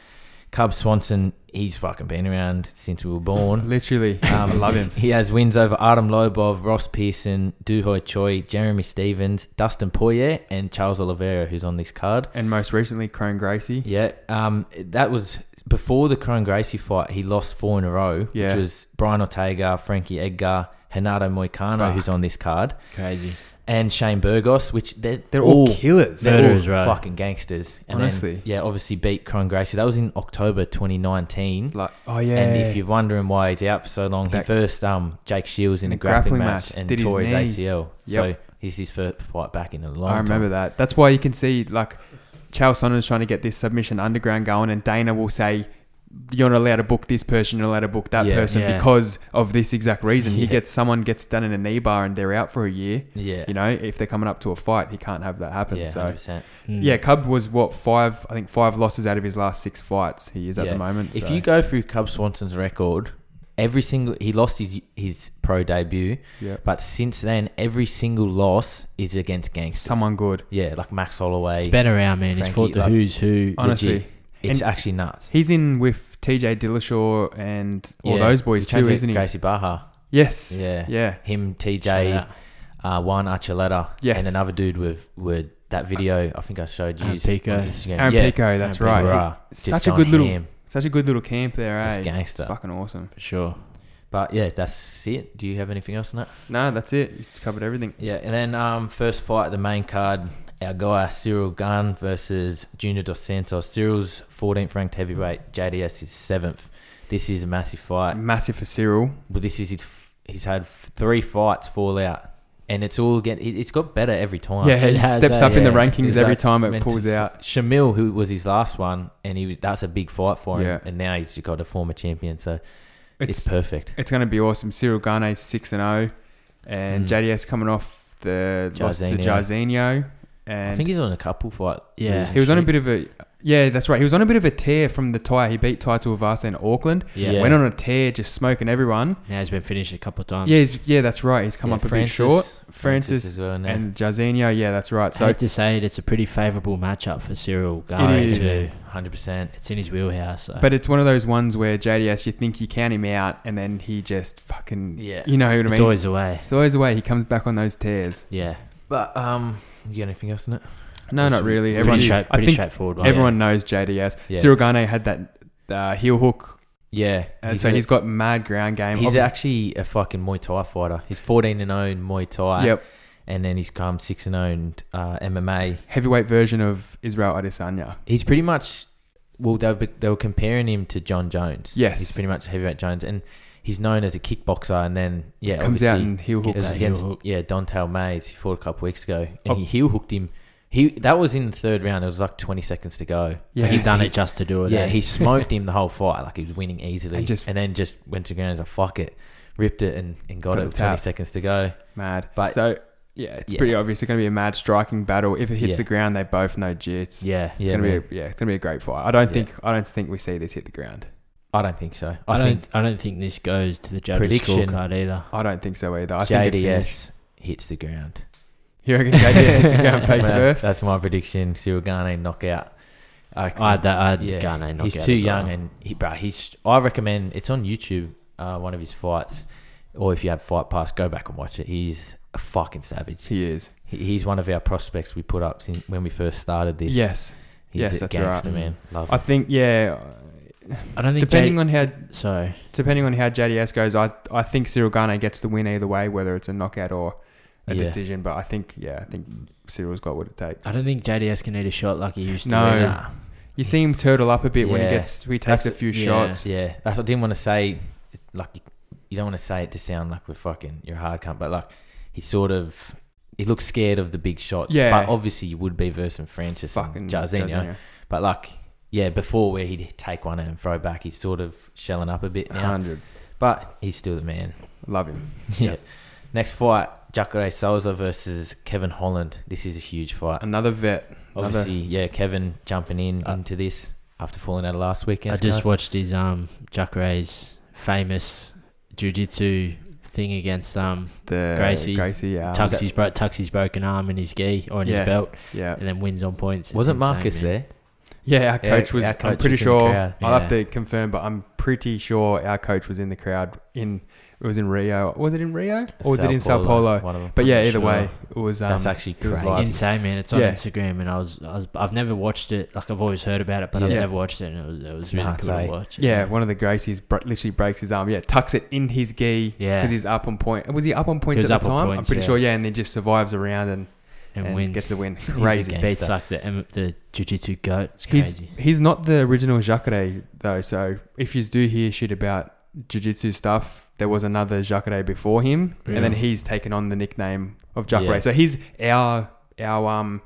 Speaker 2: Cub Swanson, he's fucking been around since we were born.
Speaker 3: Literally, I
Speaker 2: Um,
Speaker 3: love him.
Speaker 2: He has wins over Artem Lobov, Ross Pearson, Duhoy Choi, Jeremy Stevens, Dustin Poirier, and Charles Oliveira, who's on this card.
Speaker 3: And most recently, Crone Gracie.
Speaker 2: Yeah, um, that was before the Crone Gracie fight. He lost four in a row,
Speaker 3: Yeah.
Speaker 2: which was Brian Ortega, Frankie Edgar, Renato Moicano,
Speaker 3: Fuck.
Speaker 2: who's on this card,
Speaker 1: Crazy.
Speaker 2: and Shane Burgos, which they're,
Speaker 3: They're all killers.
Speaker 1: They're-
Speaker 2: they're
Speaker 1: Murderers,
Speaker 2: all
Speaker 1: right.
Speaker 2: fucking gangsters. And
Speaker 3: Honestly.
Speaker 2: Then, yeah, obviously beat Cron Gracie. That was in October 2019.
Speaker 3: like, oh yeah.
Speaker 2: And if you're wondering why he's out for so long, he
Speaker 3: That-
Speaker 2: first um Jake Shields in,
Speaker 3: in
Speaker 2: a
Speaker 3: a
Speaker 2: grappling,
Speaker 3: grappling
Speaker 2: match,
Speaker 3: match,
Speaker 2: and
Speaker 3: did his
Speaker 2: tore his,
Speaker 3: knee.
Speaker 2: ACL. So
Speaker 3: Yep.
Speaker 2: he's his first fight back in a long
Speaker 3: I remember that. That's why you can see like, Chael Sonnen's trying to get this submission underground going, and Dana will say, "You're not allowed to book this person. You're not allowed to book that
Speaker 2: Yeah.
Speaker 3: person
Speaker 1: Yeah.
Speaker 3: because of this exact reason." He
Speaker 2: Yeah.
Speaker 3: gets someone gets done in a knee bar, and they're out for a year.
Speaker 2: time. Yeah.
Speaker 3: You know, if they're coming up to a fight, he can't have that happen.
Speaker 2: yeah,
Speaker 3: so.
Speaker 2: 100%.
Speaker 1: Mm.
Speaker 3: Yeah, Cub was what five? I think five losses out of his last six fights. He is at
Speaker 2: Yeah.
Speaker 3: the moment.
Speaker 2: If
Speaker 3: so-
Speaker 2: you go through Cub Swanson's record, every single he lost his his pro debut,
Speaker 3: yeah,
Speaker 2: but since then every single loss is against gangsters.
Speaker 3: someone good.
Speaker 2: yeah, like Max Holloway.
Speaker 1: It's been around, man. He's
Speaker 2: Frankie,
Speaker 1: fought the
Speaker 2: like-
Speaker 1: who's who.
Speaker 2: Legit.
Speaker 3: Honestly,
Speaker 2: it's
Speaker 3: and-
Speaker 2: actually nuts.
Speaker 3: He's in with TJ Dillashaw and all
Speaker 2: Yeah.
Speaker 3: those boys
Speaker 2: He's
Speaker 3: too,
Speaker 2: trained with
Speaker 3: isn't he?
Speaker 2: Gracie Baja.
Speaker 3: Yes.
Speaker 2: Yeah.
Speaker 3: Yeah.
Speaker 2: Him,
Speaker 1: Shout
Speaker 2: TJ,
Speaker 1: out.
Speaker 2: uh, Juan Archuleta,
Speaker 3: Yes.
Speaker 2: and another dude with with that video. I think I showed you
Speaker 1: Aaron Pico.
Speaker 2: on Instagram.
Speaker 3: Aaron
Speaker 2: yeah,
Speaker 3: Pico, that's
Speaker 1: Aaron
Speaker 3: right.
Speaker 1: Pico.
Speaker 2: Bruh,
Speaker 3: He's
Speaker 2: just
Speaker 3: Such a
Speaker 2: going
Speaker 3: good little,
Speaker 2: ham.
Speaker 3: such a good little camp there, eh?
Speaker 2: It's
Speaker 3: It's
Speaker 2: gangster.
Speaker 3: fucking awesome.
Speaker 1: For sure.
Speaker 2: But yeah, that's it. Do you have anything else on that?
Speaker 3: No, that's it. You've covered everything.
Speaker 2: Yeah, and then um, first fight, the main card, our guy Cyril Gunn versus Junior Dos Santos. Cyril's 14th ranked heavyweight, JDS is 7th. This is a massive fight.
Speaker 3: Massive for Cyril.
Speaker 2: But this is his, f- he's had f- three fights fall out, and it's all get it- it's got better every time.
Speaker 3: yeah, he
Speaker 1: it has,
Speaker 3: steps
Speaker 1: eh?
Speaker 3: up in the
Speaker 2: Yeah.
Speaker 3: rankings
Speaker 2: He's
Speaker 3: every
Speaker 2: like
Speaker 3: time it
Speaker 2: meant to
Speaker 3: pulls out.
Speaker 2: Shamil, who was his last one, and he was- that's a big fight for him.
Speaker 3: Yeah.
Speaker 2: And now he's got a former champion, so it's,
Speaker 3: It's
Speaker 2: perfect.
Speaker 3: it's going to be awesome. Cyril Garne's six and zero, and
Speaker 2: Mm.
Speaker 3: JDS coming off the loss to
Speaker 2: Jairzinho.
Speaker 3: Jarzinho, and
Speaker 2: I think he's on a couple fight.
Speaker 1: Yeah.
Speaker 2: losing
Speaker 3: he was on a
Speaker 2: streak.
Speaker 3: bit of a yeah, that's right. He was on a bit of a tear from the tie. He beat Tai Tuivasa in Auckland.
Speaker 1: Yeah.
Speaker 2: Yeah.
Speaker 3: Went on a tear, just smoking everyone.
Speaker 1: Now he's been finished a couple of times.
Speaker 3: Yeah, he's, yeah, that's right. He's come
Speaker 2: Yeah,
Speaker 3: up a bit short.
Speaker 2: Francis
Speaker 3: Francis,
Speaker 2: as well. Now.
Speaker 3: and Jarzinho, yeah, that's right.
Speaker 1: I
Speaker 3: So
Speaker 1: hate to say it, it's a pretty favourable matchup for Cyril
Speaker 3: It
Speaker 1: Gane
Speaker 3: is.
Speaker 1: too.
Speaker 2: Oh, hundred percent.
Speaker 1: It's in his wheelhouse. So.
Speaker 3: But it's one of those ones where JDS, you think you count him out, and then he just fucking,
Speaker 2: Yeah.
Speaker 3: you know what I
Speaker 1: it's
Speaker 3: mean?
Speaker 1: always the way.
Speaker 3: it's always the way he comes back on those tears.
Speaker 1: Yeah.
Speaker 2: But um, you got anything else on it?
Speaker 3: No, not
Speaker 2: Pretty
Speaker 3: really.
Speaker 2: straight-
Speaker 3: Everyone,
Speaker 1: pretty straight,
Speaker 3: I
Speaker 1: pretty
Speaker 3: think
Speaker 1: straightforward
Speaker 2: Oh,
Speaker 1: one.
Speaker 3: everyone knows JDS.
Speaker 2: Yeah.
Speaker 3: Cyril Gane had that uh, heel hook,
Speaker 2: Yeah.
Speaker 3: and Uh, so
Speaker 2: a-
Speaker 3: he's got mad ground game.
Speaker 2: He's
Speaker 3: Obvi-
Speaker 2: actually a fucking Muay Thai fighter. He's fourteen and zero in Muay Thai.
Speaker 3: yep,
Speaker 2: And then he's come six and zero in uh, MMA.
Speaker 3: heavyweight version of Israel Adesanya.
Speaker 2: He's pretty much well. They were, they were comparing him to John Jones.
Speaker 3: Yes.
Speaker 2: He's pretty much heavyweight Jones, and he's known as a kickboxer. And then yeah,
Speaker 3: Comes out
Speaker 2: obviously-
Speaker 3: and heel
Speaker 2: It
Speaker 3: hook.
Speaker 1: Gets
Speaker 2: was
Speaker 1: that
Speaker 2: against
Speaker 1: heel hook.
Speaker 2: yeah Dontel Mays. He fought a couple weeks ago, and
Speaker 3: Oh.
Speaker 2: he heel hooked him. He that was in the third round. It was like twenty seconds to go.
Speaker 1: So he
Speaker 3: Yes.
Speaker 1: done it just to do it.
Speaker 2: yeah,
Speaker 1: eh?
Speaker 2: he smoked him the whole fight. Like he was winning easily,
Speaker 3: And
Speaker 2: and,
Speaker 3: just-
Speaker 2: then just went to ground and was like fuck it, ripped it and, and got,
Speaker 3: Got
Speaker 2: it
Speaker 3: the
Speaker 2: with twenty
Speaker 3: tap.
Speaker 2: seconds to go.
Speaker 3: Mad.
Speaker 2: But-
Speaker 3: so yeah, it's
Speaker 2: Yeah.
Speaker 3: pretty obvious. It's going to be a mad striking battle. If it hits
Speaker 2: Yeah.
Speaker 3: the ground, they both know jits.
Speaker 1: Yeah.
Speaker 3: It's
Speaker 2: Yeah,
Speaker 3: gonna
Speaker 2: man.
Speaker 3: be a, yeah, it's gonna be a great fight. I don't
Speaker 2: Yeah.
Speaker 3: think I don't think we see this hit the ground.
Speaker 2: I don't think so. I,
Speaker 1: I, don't.
Speaker 2: think
Speaker 1: I don't think this goes to the judges'
Speaker 2: Prediction.
Speaker 1: scorecard either.
Speaker 3: I don't think so either. I think it
Speaker 2: JDS
Speaker 3: finished.
Speaker 2: hits the ground.
Speaker 3: You reckon JDS hits the ground face
Speaker 2: Well,
Speaker 3: first?
Speaker 2: That's my prediction. Cyril Garnet knockout. I,
Speaker 1: I had that. I had
Speaker 2: Yeah.
Speaker 1: Gane knock
Speaker 2: he's
Speaker 1: out
Speaker 2: too
Speaker 1: as
Speaker 2: young,
Speaker 1: well.
Speaker 2: and he, bro, he's. I recommend it's on YouTube. Uh, one of his fights, or if you have Fight Pass, go back and watch it. He's a fucking savage.
Speaker 3: He is.
Speaker 2: He- He's one of our prospects we put up since when we first started this.
Speaker 3: Yes.
Speaker 2: he's
Speaker 3: yes,
Speaker 2: a
Speaker 3: that's right.
Speaker 2: gangster man. Love
Speaker 3: I
Speaker 2: him.
Speaker 3: think yeah.
Speaker 1: I don't think
Speaker 3: Depending on how
Speaker 1: Jade- sorry.
Speaker 3: depending on how JDS goes, I I think Cyril Garner gets the win either way, whether it's a knockout or a
Speaker 2: Yeah.
Speaker 3: decision. But I think yeah, I think Cyril's got what it takes.
Speaker 1: I don't think JDS can eat a shot like he used to.
Speaker 3: No.
Speaker 1: either.
Speaker 2: Nah.
Speaker 3: You see him turtle up a bit when he
Speaker 2: Yeah.
Speaker 3: gets he takes
Speaker 2: That's-
Speaker 3: a few
Speaker 1: yeah.
Speaker 3: shots.
Speaker 2: Yeah, that's what I didn't want to say. Like, you don't want to say it to sound like we're fucking you're a hard cunt, but like he sort of he looks scared of the big shots.
Speaker 3: Yeah.
Speaker 2: but obviously you would be versus Francis
Speaker 3: Fucking
Speaker 2: and Jarzinho.
Speaker 3: Jarzinho.
Speaker 2: But like, yeah, before where he'd take one and throw back, he's sort of shelling up a bit now.
Speaker 3: hundred.
Speaker 2: But he's still the man.
Speaker 3: Love him.
Speaker 2: yeah. Next fight, Jacare Souza versus Kevin Holland. This is a huge fight.
Speaker 3: Another vet. Another-
Speaker 2: Obviously, yeah, Kevin jumping in
Speaker 1: Uh,
Speaker 2: into this after falling out of
Speaker 1: I
Speaker 2: last weekend.
Speaker 1: just watched his um Jacare's famous jujitsu thing against um
Speaker 3: The
Speaker 1: Gracie.
Speaker 3: Gracie. Yeah.
Speaker 1: tucks his bro- tucks his broken arm in his gi or in
Speaker 3: Oh, Yeah.
Speaker 1: his belt
Speaker 3: Yeah.
Speaker 1: and then wins on points. It's
Speaker 2: Wasn't
Speaker 1: insane,
Speaker 2: Marcus
Speaker 1: man.
Speaker 2: there?
Speaker 3: Yeah. Our
Speaker 2: Yeah,
Speaker 3: coach was.
Speaker 2: our
Speaker 3: I'm
Speaker 2: coach
Speaker 3: pretty
Speaker 2: was in the
Speaker 3: sure.
Speaker 2: crowd,
Speaker 3: I'll have to
Speaker 2: yeah.
Speaker 3: confirm, but I'm pretty sure our coach was in the crowd. In it was in Rio. Was it in Rio or was it in Sao Paulo?
Speaker 2: One of them.
Speaker 3: But yeah,
Speaker 1: I'm
Speaker 3: either
Speaker 1: sure.
Speaker 3: way, it was. Um,
Speaker 2: That's actually
Speaker 3: it was
Speaker 2: crazy.
Speaker 1: It's
Speaker 3: live.
Speaker 1: insane, man. It's on
Speaker 3: Yeah.
Speaker 1: Instagram, and I was, I was I've never watched it. Like I've always heard about it, but I've
Speaker 3: Yeah.
Speaker 1: never watched it. And it was, it was
Speaker 2: It's
Speaker 1: really
Speaker 2: nuts,
Speaker 1: cool to
Speaker 2: eh?
Speaker 1: watch.
Speaker 3: Yeah, one of the Gracies br- literally breaks his arm. Yeah, tucks it in his gi.
Speaker 1: Yeah.
Speaker 3: because he's up on point. Was he up on points
Speaker 1: was
Speaker 3: at
Speaker 1: up
Speaker 3: the
Speaker 1: on
Speaker 3: time? I'm
Speaker 1: points,
Speaker 3: pretty
Speaker 1: yeah.
Speaker 3: sure. Yeah, and then just survives around and,
Speaker 1: and,
Speaker 3: and
Speaker 1: wins.
Speaker 3: gets the win.
Speaker 2: a
Speaker 3: Crazy.
Speaker 2: game.
Speaker 1: Beats
Speaker 2: Gangster.
Speaker 1: like the um, the jujitsu goat. It's
Speaker 3: He's
Speaker 1: crazy.
Speaker 3: he's not the original Jacare though. So if you do hear shit about jiu-jitsu stuff, there was another Jacare before him,
Speaker 1: Yeah.
Speaker 3: and then he's taken on the nickname of Jacare.
Speaker 2: Yeah.
Speaker 3: So he's our our um.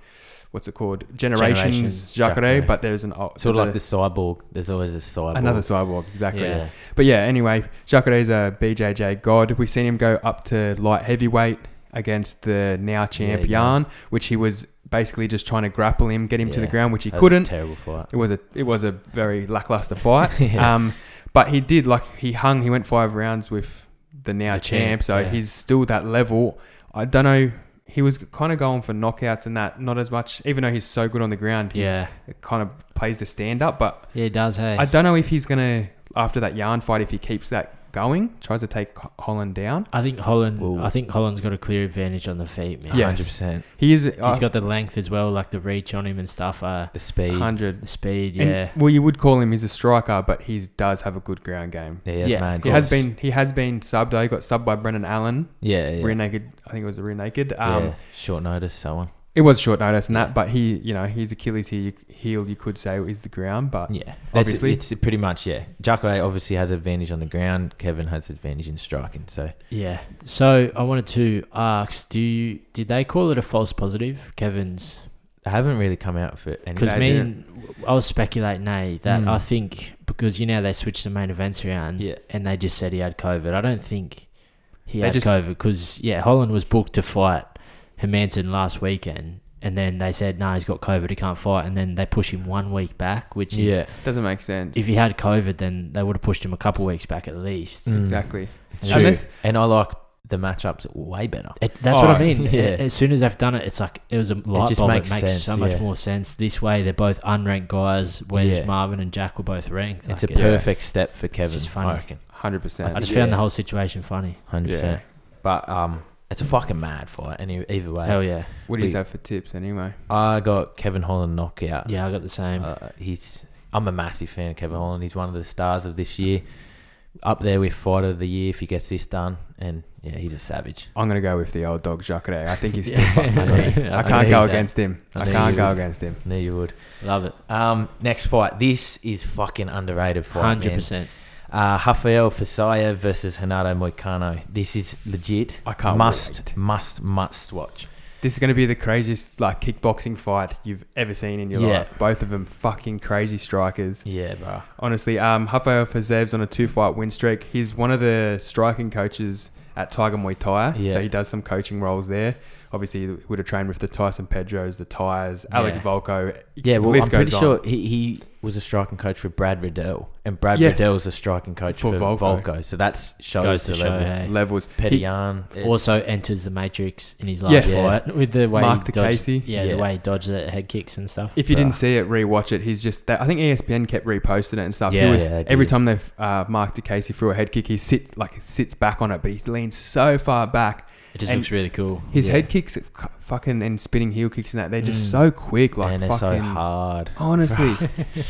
Speaker 3: What's it called? Generations,
Speaker 1: Generations
Speaker 3: Jacare,
Speaker 2: Jacare.
Speaker 3: but there's an o-
Speaker 2: Sort of like the
Speaker 3: there's
Speaker 2: cyborg. There's always a
Speaker 3: a-
Speaker 2: cyborg.
Speaker 3: another cyborg, exactly.
Speaker 1: Yeah.
Speaker 3: But yeah, anyway, Jacare's a BJJ god. We've seen him go up to light heavyweight against the now champ
Speaker 2: Yeah, he
Speaker 3: Yarn, which he was basically just trying to grapple him, get him to the
Speaker 2: Yeah.
Speaker 3: ground, which he
Speaker 2: That was a
Speaker 3: couldn't.
Speaker 2: terrible fight.
Speaker 3: It was a it was a very lackluster fight.
Speaker 2: Yeah.
Speaker 3: um, but he did like he hung. He went five rounds with the now
Speaker 1: The
Speaker 3: champ,
Speaker 1: champ,
Speaker 3: so
Speaker 1: yeah.
Speaker 3: he's still that level. I don't know. He was kind of going for knockouts and that, not as much. Even though he's so good on the ground, he
Speaker 1: Yeah,
Speaker 3: kind of plays the stand up. But
Speaker 1: yeah, it does. Hey,
Speaker 3: I don't know if he's gonna after that yarn fight if he keeps that going, tries to take Ho- Holland down.
Speaker 1: I think Holland.
Speaker 2: Whoa.
Speaker 1: I think Holland's got a clear advantage on the feet, man.
Speaker 3: Yeah. yes.
Speaker 2: 100%.
Speaker 3: He is uh,
Speaker 1: he's got the length as well, like the reach on him and stuff. Uh,
Speaker 2: The speed.
Speaker 3: hundred.
Speaker 1: the speed. Yeah,
Speaker 3: And- well, you would call him he's a striker, but he does have a good ground game.
Speaker 2: Yeah, he has
Speaker 1: Yeah,
Speaker 2: mad
Speaker 3: He has
Speaker 2: goals.
Speaker 3: been he has been subbed. though. He got subbed by Brennan Allen,
Speaker 2: Yeah, yeah.
Speaker 3: rear naked. I think it was a rear naked. Um,
Speaker 2: yeah. Short notice, so on.
Speaker 3: it was short notice and that, but he you know his Achilles heel, heel you could say is the ground, but
Speaker 2: Yeah. That's
Speaker 3: obviously-
Speaker 2: obviously. It's pretty much, yeah. Jacare obviously has advantage on the ground. Kevin has advantage in striking. So,
Speaker 1: yeah. So I wanted to ask: Do you did they call it a false positive, Kevin's?
Speaker 2: I haven't really come out for it. any-
Speaker 1: Because
Speaker 3: They Hmm.
Speaker 1: me
Speaker 3: didn't.
Speaker 1: and I was speculating, eh, that
Speaker 2: Mm.
Speaker 1: I think because you know they switched the main events around,
Speaker 2: Yeah.
Speaker 1: and they just said he had COVID. I don't think he
Speaker 3: They
Speaker 1: had
Speaker 3: just-
Speaker 1: COVID because yeah, Holland was booked to fight Hermanson last weekend, and then they said no, he's got COVID, he can't fight, and then they push him one week back, which is
Speaker 2: Yeah.
Speaker 3: doesn't make sense.
Speaker 1: if he had COVID, then they would have pushed him a couple weeks back at least.
Speaker 2: Mm.
Speaker 3: exactly.
Speaker 2: True.
Speaker 3: Unless-
Speaker 2: and I like the matchups way better.
Speaker 1: It, that's what I
Speaker 3: Oh,
Speaker 1: mean.
Speaker 2: yeah.
Speaker 1: A- As soon as they've done it, it's like it was a light
Speaker 2: just
Speaker 1: bulb.
Speaker 2: makes
Speaker 1: it makes
Speaker 2: sense,
Speaker 1: so much
Speaker 2: yeah.
Speaker 1: more sense this way. They're both unranked guys, whereas
Speaker 2: Yeah.
Speaker 1: Marvin and Jack were both ranked.
Speaker 2: It's a
Speaker 1: Like,
Speaker 2: perfect step for Kevin.
Speaker 1: just funny.
Speaker 2: I reckon.
Speaker 3: Hundred percent.
Speaker 1: I just
Speaker 2: Yeah.
Speaker 1: found the whole situation funny.
Speaker 2: 100%.
Speaker 3: Yeah.
Speaker 2: But um, it's a fucking mad fight. Any, either way.
Speaker 1: Hell yeah,
Speaker 3: What do you
Speaker 2: We-
Speaker 3: have for tips anyway?
Speaker 2: I got Kevin Holland knockout.
Speaker 1: yeah. I got the same.
Speaker 2: Uh, he's I'm a massive fan of Kevin Holland. He's one of the stars of this year. Up there with fighter of the year if he gets this done, and yeah, he's a savage.
Speaker 3: I'm gonna go with the old dog Jacare. I think he's still
Speaker 1: Yeah.
Speaker 3: fucking good. I
Speaker 2: I
Speaker 3: can't
Speaker 2: think
Speaker 3: go
Speaker 2: he's-
Speaker 3: against him.
Speaker 2: I
Speaker 3: I
Speaker 2: think
Speaker 3: can't
Speaker 2: he's-
Speaker 3: go against him.
Speaker 2: Knew you would.
Speaker 1: Love it.
Speaker 2: Um, next fight. This is fucking underrated fight. man.
Speaker 1: Hundred percent.
Speaker 2: Uh, Rafael Fasaya versus Hanato Moicano. This is legit.
Speaker 3: I can't
Speaker 2: must
Speaker 3: wait.
Speaker 2: must must watch.
Speaker 3: This is going to be the craziest like kickboxing fight you've ever seen in your
Speaker 2: Yeah.
Speaker 3: life. Both of them fucking crazy strikers.
Speaker 2: Yeah, bro.
Speaker 3: Honestly, um, Rafael Fazev's on a two-fight win streak. He's one of the striking coaches at Tiger Muay Thai,
Speaker 2: Yeah.
Speaker 3: so he does some coaching roles there. obviously he would have trained with the Tyson Pedros, the Tyres, Alec
Speaker 2: Yeah.
Speaker 3: Volko.
Speaker 2: Yeah,
Speaker 3: the
Speaker 2: well,
Speaker 3: list
Speaker 2: I'm pretty
Speaker 3: goes on.
Speaker 2: sure he, he was a striking coach for Brad Riddell, and Brad
Speaker 3: Yes.
Speaker 2: Riddell's a striking coach for,
Speaker 3: For
Speaker 2: Volko.
Speaker 3: Volko.
Speaker 2: So that's shows
Speaker 1: Goes to
Speaker 2: the
Speaker 1: show,
Speaker 2: level.
Speaker 1: hey.
Speaker 3: levels.
Speaker 2: Petty
Speaker 3: He-
Speaker 2: Yarn is-
Speaker 1: Also enters the Matrix in his last
Speaker 3: Yes.
Speaker 1: fight with the way
Speaker 3: Mark
Speaker 1: he
Speaker 3: the
Speaker 1: dodged,
Speaker 3: Casey.
Speaker 1: Yeah,
Speaker 2: Yeah.
Speaker 1: the way he dodged the head kicks and stuff.
Speaker 3: If you
Speaker 2: Bruh.
Speaker 3: didn't see it, rewatch it. He's just that. I think E ESPN kept reposting it and stuff.
Speaker 1: Yeah,
Speaker 3: he was
Speaker 2: yeah, they
Speaker 3: every
Speaker 2: do.
Speaker 3: time they've uh, marked a Casey through a head kick, he sit like sits back on it, but he leans so far back.
Speaker 1: It just
Speaker 3: and-
Speaker 1: looks really cool.
Speaker 3: His
Speaker 2: Yeah.
Speaker 3: head kicks, c- fucking and spinning heel kicks and that, they're just
Speaker 1: Mm.
Speaker 3: so quick, like
Speaker 2: man, they're so
Speaker 3: fucking.
Speaker 2: hard.
Speaker 3: honestly,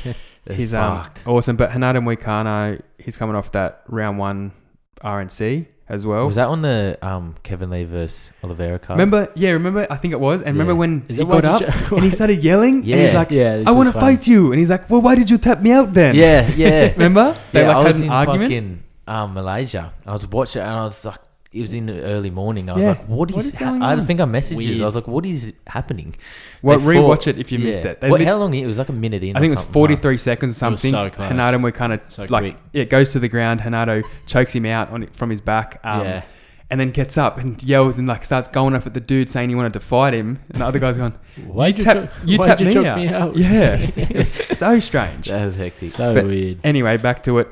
Speaker 2: They're
Speaker 3: he's um,
Speaker 2: fucked.
Speaker 3: awesome. But Hanada Moicano, he's coming off that round one RNC as well.
Speaker 2: was that on the um, Kevin Lee versus Oliveira card?
Speaker 3: Remember? Yeah, remember. I think it was. And remember
Speaker 2: Yeah.
Speaker 3: when
Speaker 1: Is
Speaker 3: he
Speaker 1: that why
Speaker 3: got up
Speaker 1: did you-
Speaker 3: and he started yelling? And
Speaker 2: Yeah.
Speaker 3: he's like,
Speaker 1: yeah, this
Speaker 3: "I
Speaker 1: was
Speaker 3: want to
Speaker 1: fun.
Speaker 3: fight you," and he's like, "Well, why did you tap me out then?"
Speaker 2: Yeah, yeah.
Speaker 3: Remember? They
Speaker 2: yeah,
Speaker 3: like
Speaker 2: I
Speaker 3: had
Speaker 2: was
Speaker 3: an
Speaker 2: in
Speaker 3: argument.
Speaker 2: fucking um, Malaysia. I was watching it and I was like, it was in the early morning. I was
Speaker 3: Yeah.
Speaker 2: like, what is,
Speaker 3: What is
Speaker 2: ha-
Speaker 3: going
Speaker 2: I
Speaker 3: on?
Speaker 2: think I messaged you.
Speaker 1: Weird.
Speaker 2: I was like, what is happening?
Speaker 3: Well,
Speaker 2: They
Speaker 3: rewatch
Speaker 2: fought-
Speaker 3: it if you missed
Speaker 2: yeah.
Speaker 3: it. They
Speaker 2: What-
Speaker 3: lit-
Speaker 2: how long? It was like a minute in. or
Speaker 3: I think it was
Speaker 2: something,
Speaker 3: 43 seconds or
Speaker 1: was
Speaker 3: something.
Speaker 1: so close.
Speaker 3: Hanado we kind of
Speaker 1: So
Speaker 3: like
Speaker 1: quick.
Speaker 3: it goes to the ground. Hanado chokes him out on it from his back. Um,
Speaker 1: yeah,
Speaker 3: And then gets up and yells and like starts going off at the dude saying he wanted to fight him. And the other guy's going,
Speaker 1: why
Speaker 3: you tap, you
Speaker 1: why'd
Speaker 3: tapped
Speaker 1: you
Speaker 3: me,
Speaker 1: choke
Speaker 3: out.
Speaker 1: me out?
Speaker 3: Yeah, it was so strange.
Speaker 2: That was hectic.
Speaker 1: So
Speaker 3: But-
Speaker 1: weird.
Speaker 3: Anyway, back to it.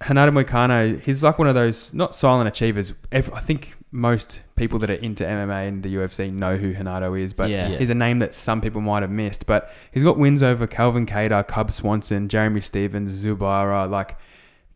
Speaker 3: Hanada Moicano, he's like one of those not silent achievers. Ev- I think most people that are into MMA and the UFC know who Hanado is, but
Speaker 1: Yeah. Yeah.
Speaker 3: he's a name that some people might have missed. But he's got wins over Calvin Cater, Cub Swanson, Jeremy Stevens, Zubaira, like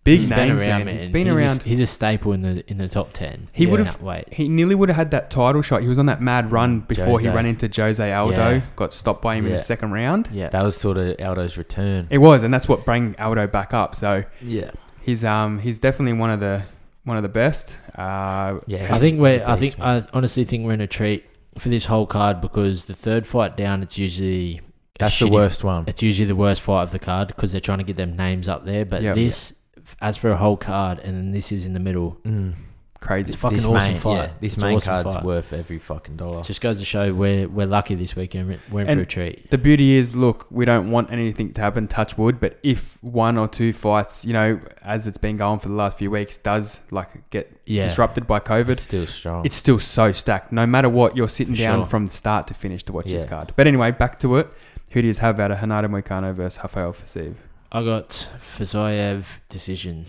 Speaker 3: big
Speaker 1: He's been
Speaker 3: names.
Speaker 1: around,
Speaker 3: man. He's
Speaker 1: man.
Speaker 3: been
Speaker 1: he's
Speaker 3: around.
Speaker 1: A, he's a staple in the in the top ten.
Speaker 3: He
Speaker 1: Yeah.
Speaker 3: would've-
Speaker 1: wait.
Speaker 3: he nearly would have had that title shot. He was on that mad run before he
Speaker 2: Jose.
Speaker 3: ran into Jose Aldo,
Speaker 1: Mm, Yeah.
Speaker 3: got stopped by him in
Speaker 2: Yeah.
Speaker 3: the second round.
Speaker 1: Yeah,
Speaker 2: That was sort of Aldo's return.
Speaker 3: It was, and that's what bring Aldo back up. So
Speaker 2: Yeah.
Speaker 3: he's um he's definitely one of the one of the best. Uh,
Speaker 2: Yeah.
Speaker 1: I
Speaker 2: he's-
Speaker 1: think
Speaker 2: he's
Speaker 1: we're.
Speaker 2: a
Speaker 1: I
Speaker 2: beast,
Speaker 1: think uh,
Speaker 2: man.
Speaker 1: I honestly think we're in a treat for this whole card because the third fight down, it's usually a
Speaker 2: That's the
Speaker 1: shitty-
Speaker 2: worst one.
Speaker 1: It's usually the worst fight of the card because they're trying to get them names up there. But
Speaker 3: Yep.
Speaker 1: this, as for a whole card, and then this is in the middle.
Speaker 2: Mm.
Speaker 3: crazy.
Speaker 1: It's fucking
Speaker 2: This
Speaker 1: awesome
Speaker 2: main-
Speaker 1: fight.
Speaker 2: yeah, this
Speaker 1: It's
Speaker 2: main
Speaker 1: awesome
Speaker 2: card's
Speaker 1: fight.
Speaker 2: worth every fucking dollar.
Speaker 1: Just goes to show we're we're lucky this weekend. We're- We're in for
Speaker 3: And-
Speaker 1: a treat.
Speaker 3: The beauty is, look, we don't want anything to happen. Touch wood, but if one or two fights, you know, as it's been going for the last few weeks, does like get
Speaker 1: Yeah,
Speaker 3: disrupted by COVID,
Speaker 2: it's still strong.
Speaker 3: it's still so stacked. No matter what, you're sitting
Speaker 1: For
Speaker 3: down
Speaker 1: sure.
Speaker 3: from start to finish to watch this
Speaker 2: Yeah.
Speaker 3: card. But anyway, back to it. Who do you have out of Hanada Moicano versus Rafael Fasib?
Speaker 1: I got Fazayev decision.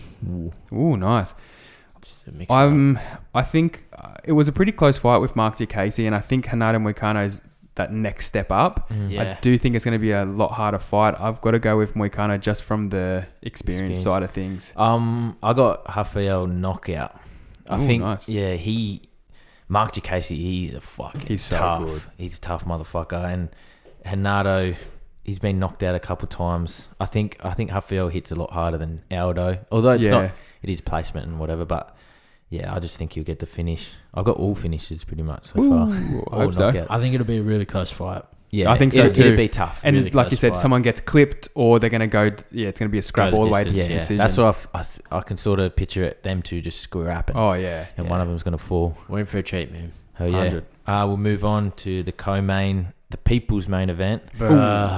Speaker 3: Ooh, nice.
Speaker 1: Just to mix it up.
Speaker 3: Um, I think uh, it was a pretty close fight with Mark DeCasey, and I think Hanada Moicano is that next step up.
Speaker 2: Mm.
Speaker 1: Yeah.
Speaker 3: I do think it's going to be a lot harder fight. I've got to go with Moicano just from the experience,
Speaker 2: Experience.
Speaker 3: side of things.
Speaker 2: Um, I got Rafael knockout. I
Speaker 3: Ooh,
Speaker 2: think
Speaker 3: nice.
Speaker 2: yeah, he Mark Jacasey, he's a fucking
Speaker 3: He's so
Speaker 2: tough.
Speaker 3: good.
Speaker 2: He's a tough motherfucker. And Hernado, he's been knocked out a couple times. I think I think Rafael hits a lot harder than Aldo. Although it's
Speaker 3: yeah,
Speaker 2: not it is placement and whatever, but yeah, I just think he'll get the finish. I got all finishes pretty much so far.
Speaker 3: Ooh, I
Speaker 2: All
Speaker 3: hope so.
Speaker 2: knockout.
Speaker 1: I think it'll be a really close fight.
Speaker 2: Yeah,
Speaker 3: I think so
Speaker 2: it'd,
Speaker 3: too.
Speaker 2: It'd be tough.
Speaker 3: And
Speaker 1: Really
Speaker 3: like you
Speaker 1: close
Speaker 3: said,
Speaker 1: fight.
Speaker 3: someone gets clipped, or they're going to go. Yeah, it's going to be a scrap
Speaker 1: the
Speaker 3: all the way to
Speaker 1: distance,
Speaker 2: yeah,
Speaker 1: yeah.
Speaker 3: decision.
Speaker 2: that's what I, f- I, th- I can sort of picture it. Them two just scrapping,
Speaker 3: Oh yeah,
Speaker 2: and one
Speaker 1: yeah.
Speaker 2: of them's gonna fall.
Speaker 1: We're in for a treat, man.
Speaker 2: Oh yeah.
Speaker 3: 100.
Speaker 2: Uh, we'll move on to the co-main, the people's main event.
Speaker 1: Bruh.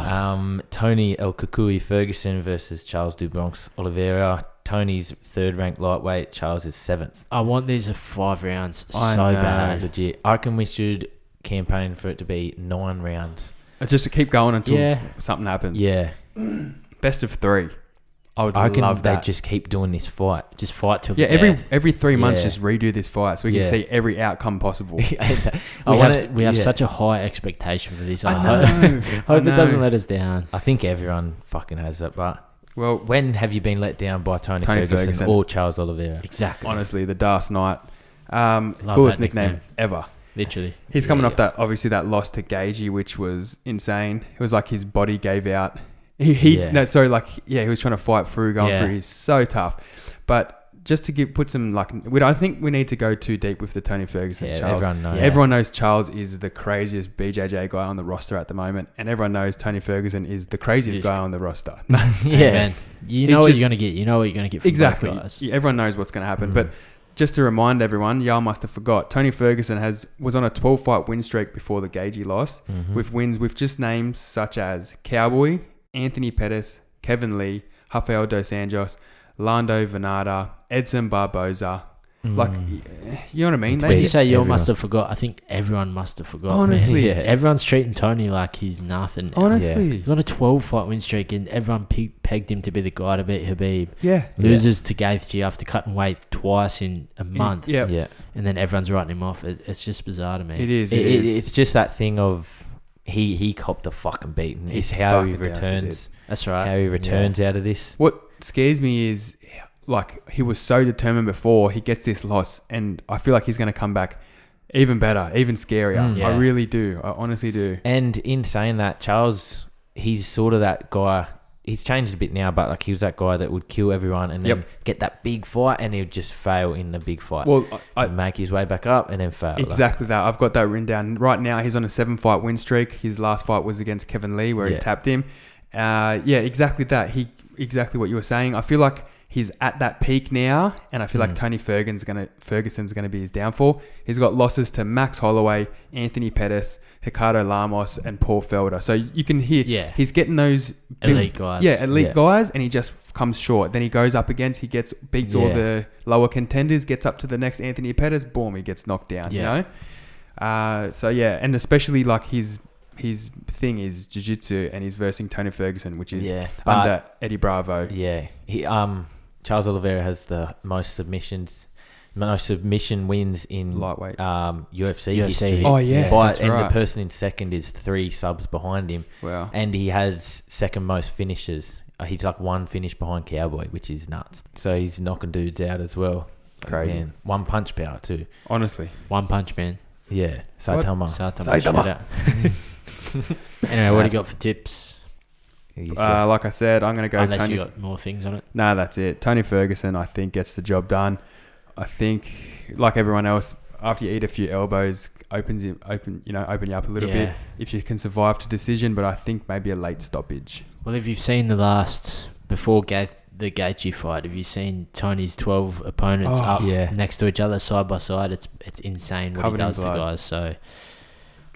Speaker 2: Um, Tony El Kukui Ferguson versus Charles Dubronx Oliveira. Tony's third-ranked lightweight. Charles is seventh.
Speaker 1: I want these five rounds so
Speaker 3: I know.
Speaker 2: Uh,
Speaker 1: bad.
Speaker 2: legit. I reckon we should campaign for it to be nine rounds.
Speaker 3: Uh, Just to keep going until
Speaker 1: Yeah,
Speaker 3: something happens.
Speaker 2: Yeah,
Speaker 3: Best of three. I would
Speaker 2: I reckon
Speaker 3: love
Speaker 2: they
Speaker 3: that.
Speaker 2: just keep doing this fight.
Speaker 1: just fight till
Speaker 3: yeah,
Speaker 1: the
Speaker 3: every
Speaker 1: death.
Speaker 3: every three months,
Speaker 2: Yeah.
Speaker 3: just redo this fight so we can
Speaker 2: Yeah.
Speaker 3: see every outcome possible.
Speaker 2: we
Speaker 1: we have we have such a high expectation for this. I, hope,
Speaker 3: know. I
Speaker 1: hope it doesn't
Speaker 3: know.
Speaker 1: let us down.
Speaker 2: I think everyone fucking has that, but
Speaker 3: Well,
Speaker 2: when have you been let down by Tony,
Speaker 3: Tony
Speaker 2: Ferguson,
Speaker 3: Ferguson.
Speaker 2: or Charles Oliveira?
Speaker 1: Exactly.
Speaker 3: honestly, the Dark Knight, um,
Speaker 1: Love
Speaker 3: coolest
Speaker 1: that
Speaker 3: nickname,
Speaker 1: nickname.
Speaker 3: ever.
Speaker 1: Literally.
Speaker 3: He's coming
Speaker 2: Yeah.
Speaker 3: off that obviously that loss to Gagey, which was insane. It was like his body gave out. He, he
Speaker 2: Yeah.
Speaker 3: no, sorry, like yeah, he was trying to fight through, going
Speaker 1: Yeah.
Speaker 3: through. He's so tough, but just to give put some like, we don't, I think we need to go too deep with the Tony Ferguson
Speaker 2: Yeah,
Speaker 3: Charles.
Speaker 2: everyone knows.
Speaker 1: Yeah.
Speaker 3: Everyone knows Charles is the craziest BJJ guy on the roster at the moment, and everyone knows Tony Ferguson is the craziest
Speaker 1: He's-
Speaker 3: guy on the roster.
Speaker 1: Yeah. man. You
Speaker 3: He's
Speaker 1: know what
Speaker 3: just-
Speaker 1: you're gonna get. You know what you're gonna get. From
Speaker 3: exactly.
Speaker 1: both guys.
Speaker 3: Yeah, Everyone knows what's going to happen.
Speaker 2: Mhm.
Speaker 3: But just to remind everyone, y'all must have forgot. Tony Ferguson has was on a 12 fight win streak before the Gagey loss,
Speaker 2: Mhm.
Speaker 3: with wins with just names such as Cowboy, Anthony Pettis, Kevin Lee, Rafael dos Anjos, Lando Venada, Edson Barboza, Like,
Speaker 1: Mm.
Speaker 3: you know what I mean?
Speaker 1: When
Speaker 2: It's
Speaker 3: They
Speaker 2: weird.
Speaker 1: you
Speaker 3: just,
Speaker 1: say you all
Speaker 2: everyone.
Speaker 1: must have forgot, I think everyone must have forgot. man.
Speaker 3: Honestly.
Speaker 2: Yeah.
Speaker 1: everyone's treating Tony like he's nothing. now.
Speaker 3: honestly,
Speaker 1: He's on a 12 fight win streak, and everyone pe- pegged him to be the guy to beat Habib.
Speaker 3: yeah,
Speaker 1: Loses to Gaethje after cutting weight twice in a month,
Speaker 3: Yeah,
Speaker 2: yeah.
Speaker 1: and then everyone's writing him off. It, it's just bizarre to me.
Speaker 3: it is.
Speaker 2: It,
Speaker 3: it is.
Speaker 2: it's just that thing of he he copped a fucking beating. It's
Speaker 3: It's
Speaker 2: how he
Speaker 3: fucking doubtful,
Speaker 2: returns,
Speaker 1: That's right.
Speaker 2: how he returns out of this.
Speaker 3: What scares me is like he was so determined before he gets this loss, and I feel like he's going to come back even better, even scarier.
Speaker 1: Mm,
Speaker 3: I
Speaker 1: yeah.
Speaker 3: really do. I honestly do.
Speaker 2: And in saying that, Charles, he's sort of that guy. He's changed a bit now, but like he was that guy that would kill everyone and then get that big fight, and he'd just fail in the big fight.
Speaker 3: Well, I,
Speaker 2: and make his way back up and then fail. like-
Speaker 3: Exactly that. I've got that written down. Right now, he's on a seven fight win streak. His last fight was against Kevin Lee, where
Speaker 2: Yeah.
Speaker 3: he tapped him. Uh, yeah, exactly that. He exactly what you were saying. I feel like he's at that peak now, and I feel like
Speaker 2: Mm.
Speaker 3: Tony Ferguson's gonna Ferguson's gonna be his downfall. He's got losses to Max Holloway, Anthony Pettis, Ricardo Lamos, and Paul Felder. So you can hear
Speaker 1: Yeah.
Speaker 3: he's getting those big-
Speaker 1: Elite guys.
Speaker 3: yeah, elite
Speaker 2: Yeah.
Speaker 3: guys, and he just comes short. Then he goes up against, he gets beats all
Speaker 2: Yeah.
Speaker 3: the lower contenders, gets up to the next Anthony Pettis, boom, he gets knocked down.
Speaker 1: Yeah.
Speaker 3: You know, uh, so yeah, and especially like his his thing is jiu-jitsu and he's versing Tony Ferguson, which is
Speaker 2: yeah, but
Speaker 3: under Eddie Bravo.
Speaker 2: yeah, he um Charles Oliveira has the most submissions, most submission wins in
Speaker 3: Lightweight.
Speaker 2: um UFC,
Speaker 1: UFC.
Speaker 2: history.
Speaker 3: Oh, yes,
Speaker 2: By-
Speaker 3: that's
Speaker 2: and
Speaker 3: right.
Speaker 2: the person in second is three subs behind him,
Speaker 3: Wow.
Speaker 2: and he has second most finishes. Uh, He's like one finish behind Cowboy, which is nuts. So he's knocking dudes out as well. Like,
Speaker 3: Crazy.
Speaker 2: man, one punch power too.
Speaker 3: Honestly.
Speaker 1: One Punch Man.
Speaker 2: Yeah,
Speaker 3: What?
Speaker 2: Saitama.
Speaker 1: Saitama
Speaker 3: Saitama.
Speaker 1: shootout. anyway, what do you got for tips?
Speaker 2: He's
Speaker 3: Uh, like I said, I'm going to go
Speaker 1: Unless
Speaker 3: Tony.
Speaker 1: you got more things on it.
Speaker 3: no, that's it. Tony Ferguson, I think, gets the job done. I think, like everyone else, after you eat a few elbows, opens you, open, you know, open you up a little
Speaker 1: Yeah.
Speaker 3: bit. if you can survive to decision, but I think maybe a late stoppage.
Speaker 1: Well, if you've seen the last before Gaeth, the Gaethje fight, have you seen Tony's twelve opponents
Speaker 3: Oh,
Speaker 1: up
Speaker 2: yeah.
Speaker 1: next to each other side by side? It's it's insane what
Speaker 3: Covered in
Speaker 1: he does to
Speaker 3: blood.
Speaker 1: guys. So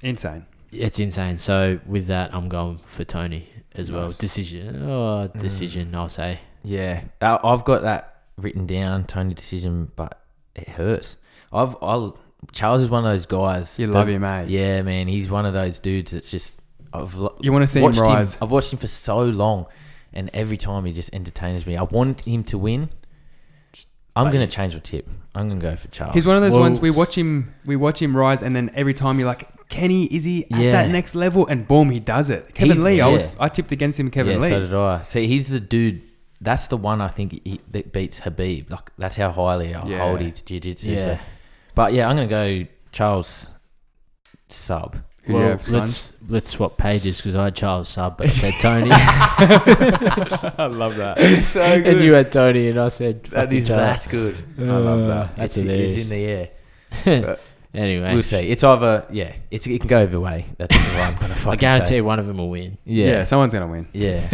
Speaker 3: Insane.
Speaker 1: it's insane. So with that, I'm going for Tony as well.
Speaker 3: Nice.
Speaker 1: Decision, oh,
Speaker 2: Mm.
Speaker 1: decision, I'll say.
Speaker 2: Yeah, I- I've got that written down, Tony decision, but it hurts. I've I Charles is one of those guys.
Speaker 3: You
Speaker 2: that-
Speaker 3: love him, eh? mate.
Speaker 2: Yeah, man, he's one of those dudes that's just I've lo-
Speaker 3: You want to see him
Speaker 2: watched
Speaker 3: rise.
Speaker 2: I've watched him for so long, and every time he just entertains me. I want him to win. I'm
Speaker 1: But-
Speaker 2: gonna change my tip. I'm gonna go for Charles.
Speaker 3: He's one of those
Speaker 1: Well-
Speaker 3: ones we watch him we watch him rise and then every time you're like, Can he is he at
Speaker 2: Yeah.
Speaker 3: that next level? And boom, he does it. Kevin
Speaker 2: He's-
Speaker 3: Lee,
Speaker 2: yeah.
Speaker 3: I was I tipped against him Kevin
Speaker 2: yeah,
Speaker 3: Lee.
Speaker 2: So did I. See, he's the dude. That's the one I think he, that beats Habib. Like that's how highly I
Speaker 3: Yeah.
Speaker 2: hold his jiu-jitsu.
Speaker 1: Yeah.
Speaker 2: So- But yeah, I'm gonna go Charles sub.
Speaker 3: Who do you
Speaker 1: well,
Speaker 3: have,
Speaker 1: let's let's swap pages because I had Charles sub, but I said Tony,
Speaker 3: I love that. so
Speaker 1: and you had Tony, and I said
Speaker 2: That
Speaker 1: fucking
Speaker 2: is
Speaker 1: Charles.
Speaker 2: that's good.
Speaker 3: I
Speaker 2: Uh,
Speaker 3: love that.
Speaker 1: That's
Speaker 2: it's, it's
Speaker 1: hilarious.
Speaker 2: in the air.
Speaker 1: anyway,
Speaker 2: We'll see. It's either yeah. It's it can go either way. That's what I'm gonna fucking
Speaker 1: I guarantee
Speaker 2: Say.
Speaker 1: one of them will win,
Speaker 3: Yeah.
Speaker 2: Yeah,
Speaker 3: someone's gonna win.
Speaker 2: yeah,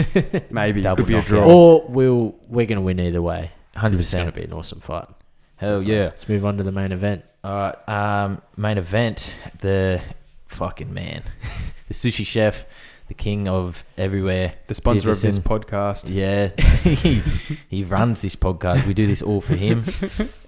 Speaker 3: Maybe it
Speaker 2: Double
Speaker 3: could be a
Speaker 2: knockout.
Speaker 3: draw.
Speaker 1: or we'll we're gonna win either way.
Speaker 2: hundred
Speaker 1: It's gonna
Speaker 2: percent.
Speaker 1: be an awesome fight.
Speaker 3: Oh,
Speaker 2: Hell yeah.
Speaker 1: Let's move on to the main event.
Speaker 2: All right. Um, main event. The fucking man, the sushi chef, the king of everywhere.
Speaker 3: the sponsor of this
Speaker 2: Davison.
Speaker 3: podcast.
Speaker 2: Yeah, he, he runs this podcast. We do this all for him.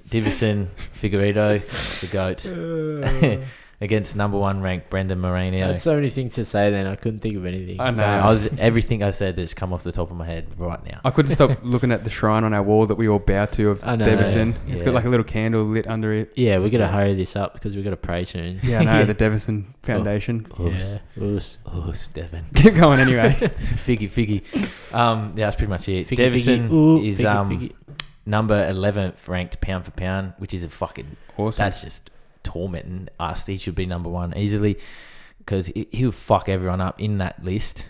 Speaker 2: Divison Figueredo, the goat, against number one ranked Brendan Moreno.
Speaker 1: Uh. That's so many things to say. Then I couldn't think of anything.
Speaker 3: I
Speaker 2: So
Speaker 3: know.
Speaker 2: I was everything I said that's come off the top of my head right now.
Speaker 3: I couldn't stop looking at the shrine on our wall that we all bow to of
Speaker 1: I know.
Speaker 3: Devison. It's got
Speaker 2: Yeah.
Speaker 3: like a little candle lit under it.
Speaker 1: Yeah, we gotta
Speaker 2: Yeah.
Speaker 1: hurry this up because we gotta pray soon.
Speaker 3: Yeah, no,
Speaker 2: Yeah.
Speaker 3: the Devison Foundation.
Speaker 2: Oops.
Speaker 1: Yeah, we'll s-
Speaker 2: Oh, Stefan.
Speaker 3: Keep going anyway.
Speaker 2: figgy, figgy. Um, yeah, that's pretty much it.
Speaker 1: figgy,
Speaker 2: Davison
Speaker 1: figgy, ooh,
Speaker 2: is
Speaker 1: figgy,
Speaker 2: um,
Speaker 1: figgy.
Speaker 2: number 11th ranked pound for pound, which is a fucking,
Speaker 3: awesome.
Speaker 2: that's just tormenting us. He should be number one easily because he, he'll fuck everyone up in that list.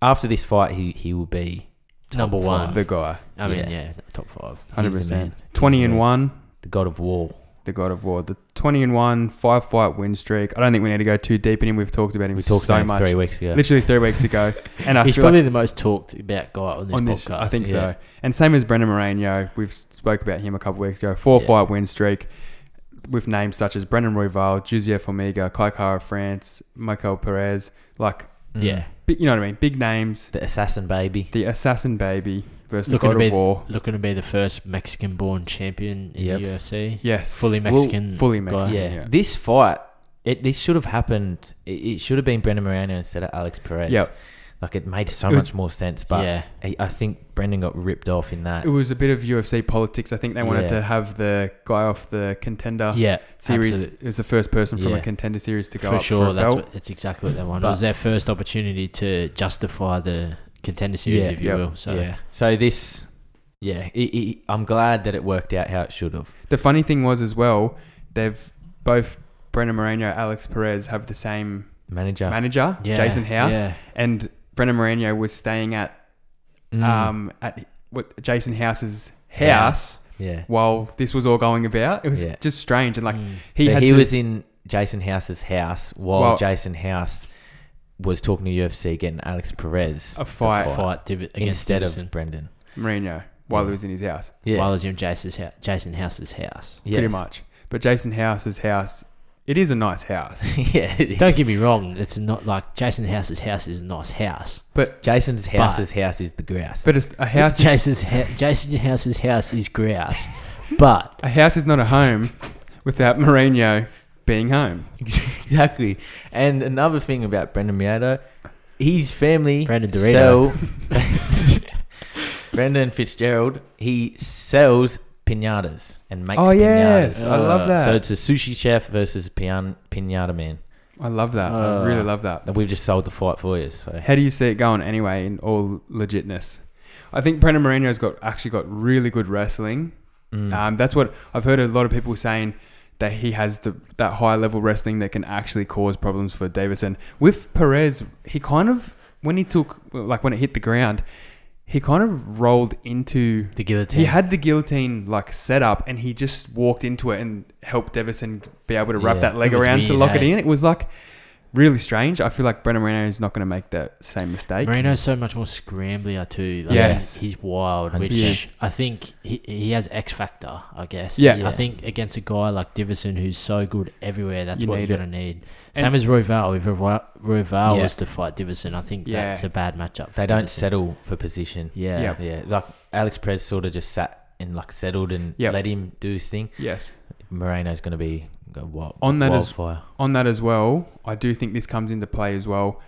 Speaker 2: After this fight, he, he will be top
Speaker 1: Number one.
Speaker 2: five.
Speaker 3: the guy.
Speaker 1: I mean, yeah.
Speaker 2: yeah.
Speaker 1: top five.
Speaker 3: Hundred
Speaker 2: He's the
Speaker 3: percent.
Speaker 2: man.
Speaker 3: Twenty
Speaker 2: He's
Speaker 3: and
Speaker 2: the-
Speaker 3: one,
Speaker 2: The god of war.
Speaker 3: the God of War. The twenty and one, five fight win streak. I don't think we need to go too deep in him. We've talked about him
Speaker 2: We talked
Speaker 3: so
Speaker 2: about him
Speaker 3: much.
Speaker 2: three weeks ago.
Speaker 3: Literally three weeks ago. And I
Speaker 1: He's
Speaker 3: feel like
Speaker 1: probably the most talked about guy on this
Speaker 3: on this,
Speaker 1: podcast.
Speaker 3: I think
Speaker 2: yeah.
Speaker 3: so. And same as Brendan Moreno, we've spoke about him a couple weeks ago. Four
Speaker 2: Yeah.
Speaker 3: fight win streak with names such as Brendan Royval, Juzia Formiga, Kai Kara France, Michael Perez, like
Speaker 2: Mm.
Speaker 1: Yeah.
Speaker 3: bi- you know what I mean? Big names.
Speaker 2: The assassin baby.
Speaker 3: The assassin baby. versus
Speaker 1: Looking to
Speaker 3: the God
Speaker 1: be-
Speaker 3: of War.
Speaker 1: Looking to be the first Mexican-born champion in
Speaker 2: Yep.
Speaker 1: the UFC.
Speaker 3: Yes,
Speaker 1: Fully
Speaker 2: Well,
Speaker 1: Mexican.
Speaker 3: fully
Speaker 1: guy.
Speaker 3: Mexican.
Speaker 2: yeah.
Speaker 3: Yeah.
Speaker 2: This fight, it this should have happened. It, it should have been Brendan Moreno instead of Alex Perez.
Speaker 3: Yep.
Speaker 2: Like it made so
Speaker 3: It was-
Speaker 2: much more sense, but
Speaker 1: yeah.
Speaker 2: I, I think Brendan got ripped off in that.
Speaker 3: It was a bit of UFC politics. I think they wanted
Speaker 2: Yeah.
Speaker 3: to have the guy off the contender
Speaker 1: Yeah.
Speaker 3: uh, series.
Speaker 1: absolute-
Speaker 3: It was the first person from
Speaker 2: Yeah.
Speaker 3: a contender series to go
Speaker 1: For
Speaker 3: up
Speaker 1: sure.
Speaker 3: for a
Speaker 1: that's
Speaker 3: belt.
Speaker 1: what, that's exactly what they want.
Speaker 2: But-
Speaker 1: it was their first opportunity to justify the contender series,
Speaker 2: Yeah.
Speaker 1: if you
Speaker 3: Yep.
Speaker 1: will. So
Speaker 2: yeah. So this, yeah, it, it, I'm glad that it worked out how it should have.
Speaker 3: The funny thing was as well, they've both Brendan Moreno, Alex Perez have the same
Speaker 2: Manager.
Speaker 3: manager,
Speaker 1: Yeah,
Speaker 3: Jason House,
Speaker 1: yeah.
Speaker 3: and Brendan Moreno was staying at
Speaker 2: Mm.
Speaker 3: um at what Jason House's
Speaker 2: House.
Speaker 3: house
Speaker 2: yeah.
Speaker 3: while this was all going about. It was
Speaker 2: Yeah.
Speaker 3: just strange and like
Speaker 1: Mm.
Speaker 3: he
Speaker 2: so
Speaker 3: had
Speaker 2: he
Speaker 3: to,
Speaker 2: was in Jason House's house while
Speaker 3: Well-
Speaker 2: Jason House was talking to UFC getting Alex Perez
Speaker 3: A fight.
Speaker 2: to
Speaker 1: fight div- against
Speaker 2: instead
Speaker 1: Stevenson
Speaker 2: of Brendan.
Speaker 3: Moreno while he was in his house.
Speaker 2: Yeah.
Speaker 1: while I was in Jason's house, Jason House's house.
Speaker 3: Pretty
Speaker 2: Yes.
Speaker 3: much. But Jason House's house it is a nice house.
Speaker 2: yeah. it is.
Speaker 1: Don't get me wrong; it's not like Jason House's house is a nice house.
Speaker 2: Jason's house's house is the grouse.
Speaker 3: But it's a house is,
Speaker 1: Jason's ha- Jason House's house is grouse, but
Speaker 3: a house is not a home without Mourinho being home.
Speaker 2: exactly. And another thing about Brendan Miado, his family
Speaker 1: Brendan Dorito.
Speaker 2: sell Brendan Fitzgerald, he sells pinatas and makes
Speaker 3: Oh
Speaker 2: pinatas.
Speaker 3: yes, I
Speaker 1: Uh,
Speaker 3: love that.
Speaker 2: So it's a sushi chef versus pian- pinata man.
Speaker 3: I love that.
Speaker 1: Uh,
Speaker 3: I really love that.
Speaker 2: And we've just sold the fight for you. So
Speaker 3: How do you see it going anyway in all legitness? I think Brendan Moreno's got actually got really good wrestling.
Speaker 2: Mm.
Speaker 3: Um, that's what I've heard a lot of people saying that he has the that high level wrestling that can actually cause problems for Davison. With Perez, he kind of when he took like when it hit the ground, he kind of rolled into
Speaker 1: the guillotine.
Speaker 3: he had the guillotine like set up and he just walked into it and helped Devison be able to wrap
Speaker 2: Yeah,
Speaker 3: that leg
Speaker 1: it was
Speaker 3: around to
Speaker 1: weird,
Speaker 3: lock it
Speaker 1: eh?
Speaker 3: in. It was like really strange. I feel like Brennan Moreno is not going to make that same mistake.
Speaker 1: Marino's so much more scrambler too. Like
Speaker 3: Yes.
Speaker 1: he's, he's wild, which
Speaker 2: 100%.
Speaker 1: I think he, he has X factor. I guess.
Speaker 3: Yeah.
Speaker 2: Yeah.
Speaker 1: I think against a guy like Divison who's so good everywhere, that's
Speaker 3: You
Speaker 1: what
Speaker 3: need
Speaker 1: you're gonna need.
Speaker 3: And-
Speaker 1: Same as Royval. If Royval, Royval
Speaker 2: Yeah.
Speaker 1: was to fight Divison, I think
Speaker 3: Yeah.
Speaker 1: that's a bad matchup. for
Speaker 2: they don't
Speaker 1: Divison.
Speaker 2: settle for position.
Speaker 1: Yeah.
Speaker 3: Yeah.
Speaker 2: Yeah, like Alex Perez sort of just sat and like settled and
Speaker 3: Yep.
Speaker 2: let him do his thing.
Speaker 3: Yes.
Speaker 2: Moreno's going to be go wild,
Speaker 3: On that as-
Speaker 2: wildfire.
Speaker 3: On that as well, I do think this comes into play as well.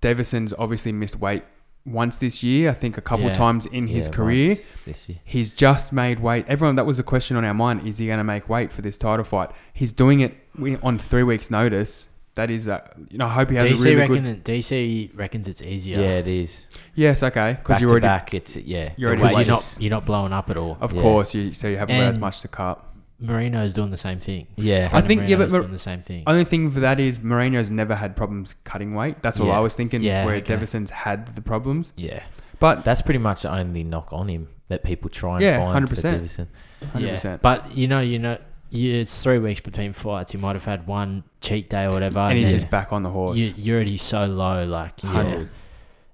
Speaker 3: Davison's obviously missed weight once this year, I think a couple
Speaker 1: Yeah.
Speaker 3: times in his
Speaker 2: Yeah,
Speaker 3: career.
Speaker 2: once this year.
Speaker 3: He's just made weight. Everyone, that was a question on our mind. Is he going to make weight for this title fight? He's doing it wi- on three weeks' notice. That is, uh, you know, I hope he has
Speaker 1: DC
Speaker 3: a really
Speaker 1: reckon
Speaker 3: good.
Speaker 1: DC reckons it's easier.
Speaker 2: Yeah. it is.
Speaker 3: Yes, okay, because
Speaker 2: Back
Speaker 3: you
Speaker 2: to
Speaker 3: already
Speaker 2: back, it's yeah.
Speaker 3: you're
Speaker 2: the
Speaker 3: already-
Speaker 1: Because
Speaker 2: weight
Speaker 1: you're not
Speaker 2: is-
Speaker 1: you're not blowing up at all.
Speaker 3: Of
Speaker 2: Yeah.
Speaker 3: course, you, so you haven't got as
Speaker 1: And-
Speaker 3: much to cut.
Speaker 1: Marino's doing the same thing.
Speaker 2: Yeah,
Speaker 3: I think- yeah, but
Speaker 1: Marino's
Speaker 3: Mar-
Speaker 1: doing the same thing.
Speaker 3: Only thing for that is Moreno's never had problems cutting weight. That's all
Speaker 1: Yeah.
Speaker 3: I was thinking.
Speaker 1: Yeah,
Speaker 3: where
Speaker 1: okay.
Speaker 3: Devison's had the problems,
Speaker 2: yeah.
Speaker 3: but
Speaker 2: That's pretty much the only knock on him that people try and
Speaker 3: Yeah,
Speaker 2: find.
Speaker 3: 100%.
Speaker 2: 100%.
Speaker 1: Yeah,
Speaker 3: 100%.
Speaker 1: but you know, you know, you, it's three weeks between fights. You might have had one cheat day or whatever,
Speaker 3: and he's
Speaker 1: then
Speaker 3: just back on the horse.
Speaker 1: you, you're already so low, like you know.
Speaker 2: Yeah.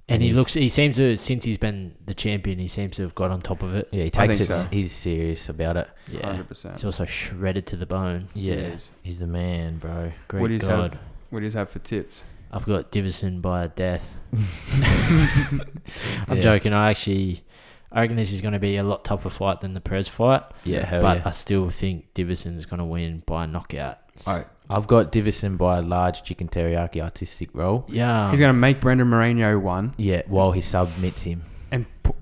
Speaker 1: And he
Speaker 2: He's-
Speaker 1: looks, he seems to since he's been the champion, he seems to have got on top of it.
Speaker 2: Yeah, he
Speaker 3: I
Speaker 2: takes it.
Speaker 3: think so.
Speaker 2: He's serious about it.
Speaker 1: Yeah,
Speaker 3: Hundred percent.
Speaker 1: he's also shredded to the bone.
Speaker 2: Yeah,
Speaker 3: is.
Speaker 2: he's the man, bro.
Speaker 1: Great
Speaker 3: What do you have?
Speaker 1: God,
Speaker 3: What do you have for tips?
Speaker 1: I've got Divison by death. I'm
Speaker 2: Yeah.
Speaker 1: joking. I actually, I reckon this is going to be a lot tougher fight than the Perez fight,
Speaker 2: Yeah,
Speaker 3: Oh,
Speaker 2: hell
Speaker 1: but
Speaker 2: yeah.
Speaker 1: I still think Divison's going to win by knockout.
Speaker 3: All right.
Speaker 2: I've got Divison by a large chicken teriyaki artistic roll.
Speaker 1: Yeah,
Speaker 3: He's going to make Brendan Moreno one
Speaker 2: Yeah, while he submits him.
Speaker 3: and pu-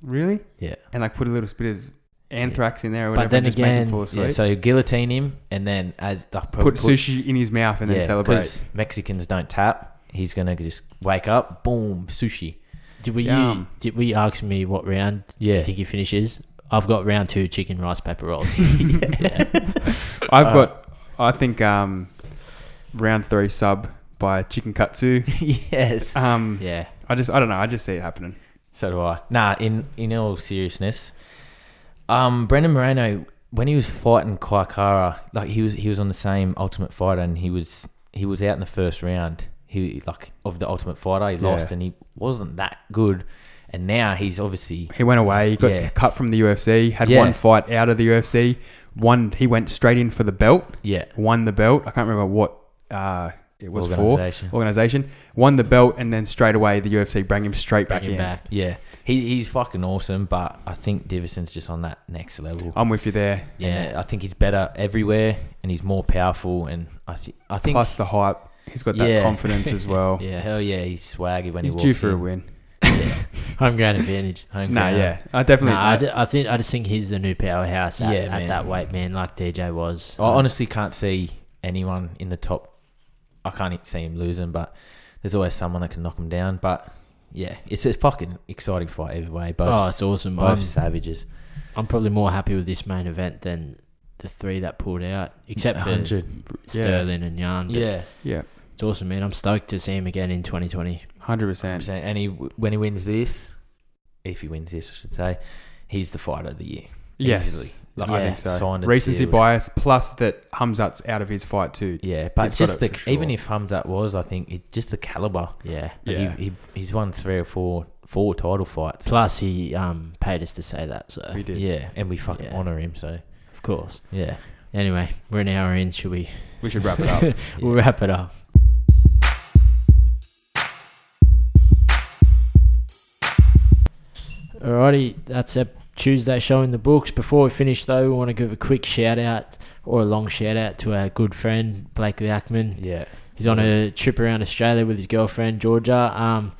Speaker 3: really
Speaker 2: Yeah.
Speaker 3: and like put a little bit of anthrax in there or
Speaker 1: But
Speaker 3: whatever.
Speaker 1: then
Speaker 3: just make him
Speaker 1: again-
Speaker 3: fall asleep.
Speaker 2: Yeah, so guillotine him and then as like,
Speaker 3: Oh, put, sushi in his mouth and then celebrate.
Speaker 2: 'cause Mexicans don't tap. He's gonna just wake up, boom, sushi.
Speaker 1: Did we
Speaker 3: Yum.
Speaker 1: did we ask me what round
Speaker 2: Yeah.
Speaker 1: you think he finishes? I've got round two chicken rice pepper rolls.
Speaker 3: I've
Speaker 2: Uh,
Speaker 3: got. I think um, round three sub by Chicken Katsu.
Speaker 2: yes.
Speaker 3: Um,
Speaker 1: yeah.
Speaker 3: I just, I don't know. I just see it happening.
Speaker 2: So do I. Nah, in in all seriousness, um, Brendan Moreno when he was fighting Kaikara, like he was he was on the same Ultimate Fighter, and he was he was out in the first round. He like of the Ultimate Fighter, he
Speaker 3: Yeah.
Speaker 2: lost, and he wasn't that good. And now he's obviously
Speaker 3: He went away. He got
Speaker 2: Yeah.
Speaker 3: cut from the UFC. Had
Speaker 2: Yeah.
Speaker 3: one fight out of the UFC. One, he went straight in for the belt.
Speaker 2: yeah
Speaker 3: Won the belt. I can't remember what uh, it was for
Speaker 2: organization.
Speaker 3: organization won the belt, and then straight away the UFC bring him straight back
Speaker 1: Bring him
Speaker 3: in.
Speaker 1: back.
Speaker 2: Yeah, he, he's fucking awesome, but I think Divison's just on that next level.
Speaker 3: I'm with you there.
Speaker 2: yeah,
Speaker 1: Yeah.
Speaker 2: I think he's better everywhere, and he's more powerful, and I think I think
Speaker 3: Plus the hype, he's got that
Speaker 2: Yeah.
Speaker 3: confidence as well.
Speaker 2: yeah, hell yeah, he's swaggy when
Speaker 3: He's
Speaker 2: he walks
Speaker 3: due for
Speaker 2: in.
Speaker 3: a win.
Speaker 1: Home ground advantage.
Speaker 2: Home
Speaker 3: No,
Speaker 2: ground.
Speaker 3: yeah, I definitely.
Speaker 1: Nah, I, d- I think I just think he's the new powerhouse at,
Speaker 2: Yeah,
Speaker 1: at
Speaker 2: man. Oh,
Speaker 1: that weight, man. Like DJ was.
Speaker 2: I honestly can't see anyone in the top. I can't even see him losing, but there's always someone that can knock him down. But yeah, it's a fucking exciting fight either way. Both,
Speaker 1: oh, it's awesome.
Speaker 2: both
Speaker 1: I'm,
Speaker 2: savages.
Speaker 1: I'm probably more happy with this main event than the three that pulled out, except for
Speaker 2: 100.
Speaker 1: Sterling and Yarn. but
Speaker 2: Yeah,
Speaker 3: yeah,
Speaker 1: it's awesome, man. I'm stoked to see him again in 2020.
Speaker 3: hundred
Speaker 2: I'm
Speaker 3: percent.
Speaker 2: saying, and he when he wins this, if he wins this, I should say, he's the fighter of the year.
Speaker 3: Yes,
Speaker 2: easily. Like,
Speaker 1: Yeah.
Speaker 2: I think
Speaker 3: So,
Speaker 2: signed and
Speaker 3: recency
Speaker 2: sealed.
Speaker 3: bias plus that Hamzat's out of his fight too.
Speaker 2: Yeah, but
Speaker 3: He's got
Speaker 2: just
Speaker 3: it
Speaker 2: the
Speaker 3: for sure.
Speaker 2: even if Hamzat was, I think it just the caliber.
Speaker 1: Yeah.
Speaker 2: Like,
Speaker 3: Yeah.
Speaker 2: he, he he's won three or four four title fights.
Speaker 1: Plus, he um, paid us to say that, so
Speaker 3: We did.
Speaker 2: yeah, and we fucking
Speaker 1: Yeah.
Speaker 2: honor him. So
Speaker 1: of course.
Speaker 2: yeah,
Speaker 1: Anyway, we're an hour in. Should we?
Speaker 3: We should wrap it up.
Speaker 1: We'll wrap it up. Alrighty, that's a Tuesday show in the books. Before we finish, though, we want to give a quick shout out or a long shout out to our good friend Blake Ackman.
Speaker 2: yeah,
Speaker 1: He's on a trip around Australia with his girlfriend Georgia. Um,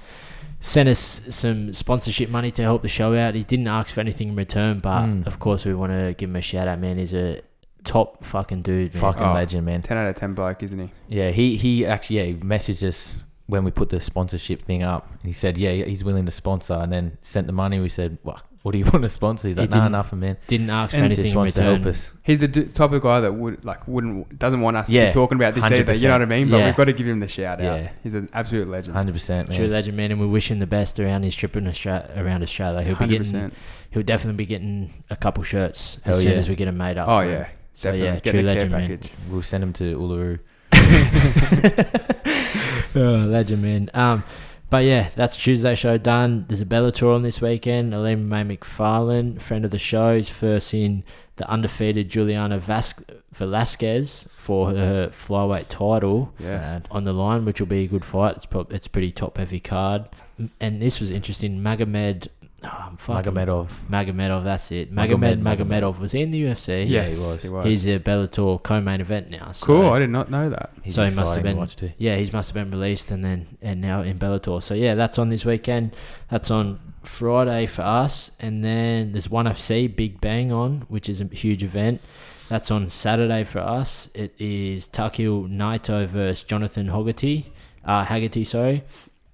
Speaker 1: sent us some sponsorship money to help the show out. He didn't ask for anything in return, but
Speaker 3: Hmm.
Speaker 2: Mm.
Speaker 1: of course we want to give him a shout out. Man, he's a top fucking dude. Man.
Speaker 2: fucking
Speaker 3: Oh.
Speaker 2: legend, man.
Speaker 3: ten out of ten, Blake, isn't he?
Speaker 2: Yeah, he he actually yeah he messaged us when we put the sponsorship thing up, and he said yeah he's willing to sponsor, and then sent the money. We said well, what do you want to sponsor? He's
Speaker 1: He
Speaker 2: like nah,
Speaker 1: didn't-
Speaker 2: nothing, man.
Speaker 1: Didn't ask for
Speaker 3: And
Speaker 1: anything
Speaker 2: Just
Speaker 1: in
Speaker 2: wants to
Speaker 1: return.
Speaker 2: help us.
Speaker 3: He's the d- type of guy that would like wouldn't doesn't want us to
Speaker 2: Yeah,
Speaker 3: be talking about this either. You know what I mean? But
Speaker 1: 100%.
Speaker 3: we've got to give him the shout out.
Speaker 2: Yeah.
Speaker 3: He's an absolute legend.
Speaker 2: Hundred percent, man.
Speaker 1: True legend, man, and we wish him the best around his trip in Austra- around Australia. He'll be getting,
Speaker 3: 100%.
Speaker 1: he'll definitely be getting a couple shirts as
Speaker 2: Hell
Speaker 1: soon
Speaker 2: yeah.
Speaker 1: as we get him made up.
Speaker 3: Oh
Speaker 1: for him.
Speaker 3: yeah,
Speaker 1: So,
Speaker 3: definitely.
Speaker 1: yeah,
Speaker 3: Get
Speaker 1: true
Speaker 3: a care
Speaker 1: legend, man. Uh,
Speaker 3: package.
Speaker 2: We'll send him to Uluru.
Speaker 1: Oh, legend, man. Um, but yeah, that's Tuesday show done. There's a Bellator on this weekend. Aleem May McFarlane, friend of the show, is first in the undefeated Juliana Vas- Velasquez for her flyweight title
Speaker 3: Yes.
Speaker 2: Mad.
Speaker 1: on the line, which will be a good fight. It's prob- it's pretty top heavy card. M- And this was interesting. Magomed, oh, I'm fucking
Speaker 2: Magomedov.
Speaker 1: Magomedov. That's it. Magomed
Speaker 2: Magomed
Speaker 1: Magomedov was he in the UFC.
Speaker 2: Yeah,
Speaker 3: yes,
Speaker 2: he was.
Speaker 3: He was.
Speaker 1: he's the Bellator co-main event now. So
Speaker 3: cool. I did not know that.
Speaker 2: He's
Speaker 1: So he must have
Speaker 2: exciting to
Speaker 1: been-
Speaker 2: watch too.
Speaker 1: yeah, he's must have been released and then and now in Bellator. So yeah, that's on this weekend. That's on Friday for us, and then there's one FC Big Bang on, which is a huge event. That's on Saturday for us. It is Takil Naito versus Jonathan Hoggerty, uh, Haggerty, sorry.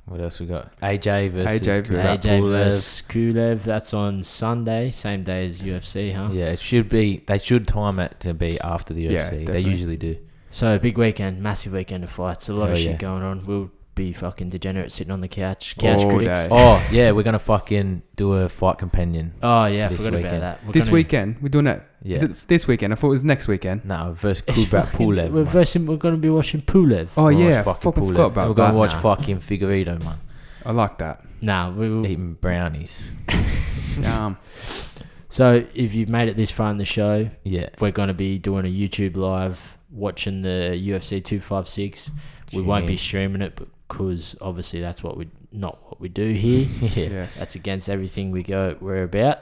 Speaker 2: What else we got? AJ versus
Speaker 3: AJ versus-
Speaker 2: Kurat
Speaker 1: AJ
Speaker 2: Pulev.
Speaker 1: versus uh, Kulev. That's on Sunday, same day as UFC, huh?
Speaker 2: Yeah, it should be. They should time it to be after the UFC.
Speaker 3: Yeah,
Speaker 2: they
Speaker 3: definitely.
Speaker 2: usually do.
Speaker 1: So big weekend, massive weekend of fights. A lot of
Speaker 2: Hell
Speaker 1: shit
Speaker 2: yeah.
Speaker 1: going on. We'll be fucking degenerate sitting on the couch. Couch
Speaker 3: All
Speaker 1: critics.
Speaker 3: day.
Speaker 2: Oh yeah, we're gonna fucking do a fight companion.
Speaker 1: Oh yeah, I
Speaker 2: This
Speaker 1: forgot about
Speaker 2: weekend.
Speaker 1: that. We're
Speaker 3: This
Speaker 1: gonna-
Speaker 3: weekend we're doing it.
Speaker 2: Yeah.
Speaker 3: Is it this weekend? I thought it was next weekend.
Speaker 2: no, versus
Speaker 1: It's
Speaker 2: Kubrat
Speaker 1: fucking-
Speaker 2: Pulev.
Speaker 1: We're,
Speaker 2: man.
Speaker 1: versing, we're going to be watching Pulev.
Speaker 3: Oh,
Speaker 2: We're gonna
Speaker 3: yeah,
Speaker 2: watch
Speaker 3: fucking, fucking
Speaker 1: eh?
Speaker 2: Pulev.
Speaker 3: forgot
Speaker 2: And We're
Speaker 3: about
Speaker 2: gonna
Speaker 3: that.
Speaker 2: watch
Speaker 1: Nah.
Speaker 2: fucking Figueredo, man.
Speaker 3: I like that.
Speaker 1: Nah, we
Speaker 3: Mm.
Speaker 1: will.
Speaker 2: Eating brownies.
Speaker 3: Um,
Speaker 1: So if you've made it this far in the show,
Speaker 2: Yeah.
Speaker 1: we're going to be doing a YouTube live watching the UFC 256. We
Speaker 2: Tune
Speaker 1: won't be
Speaker 2: in.
Speaker 1: streaming it because obviously that's what we not what we do here.
Speaker 2: yeah.
Speaker 3: Yes.
Speaker 1: That's against everything we go we're about.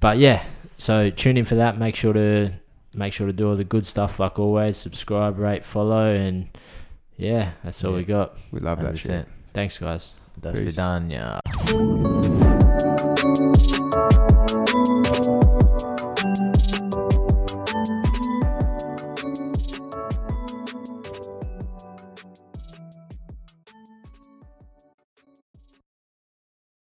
Speaker 1: But yeah, so tune in for that. Make sure to make sure to do all the good stuff like always. Subscribe, rate, follow, and yeah, that's all we
Speaker 2: Yeah.
Speaker 1: got.
Speaker 3: We love that shit.
Speaker 2: 100%.
Speaker 1: Thanks, guys.
Speaker 2: That's
Speaker 3: Peace.
Speaker 2: Vidania.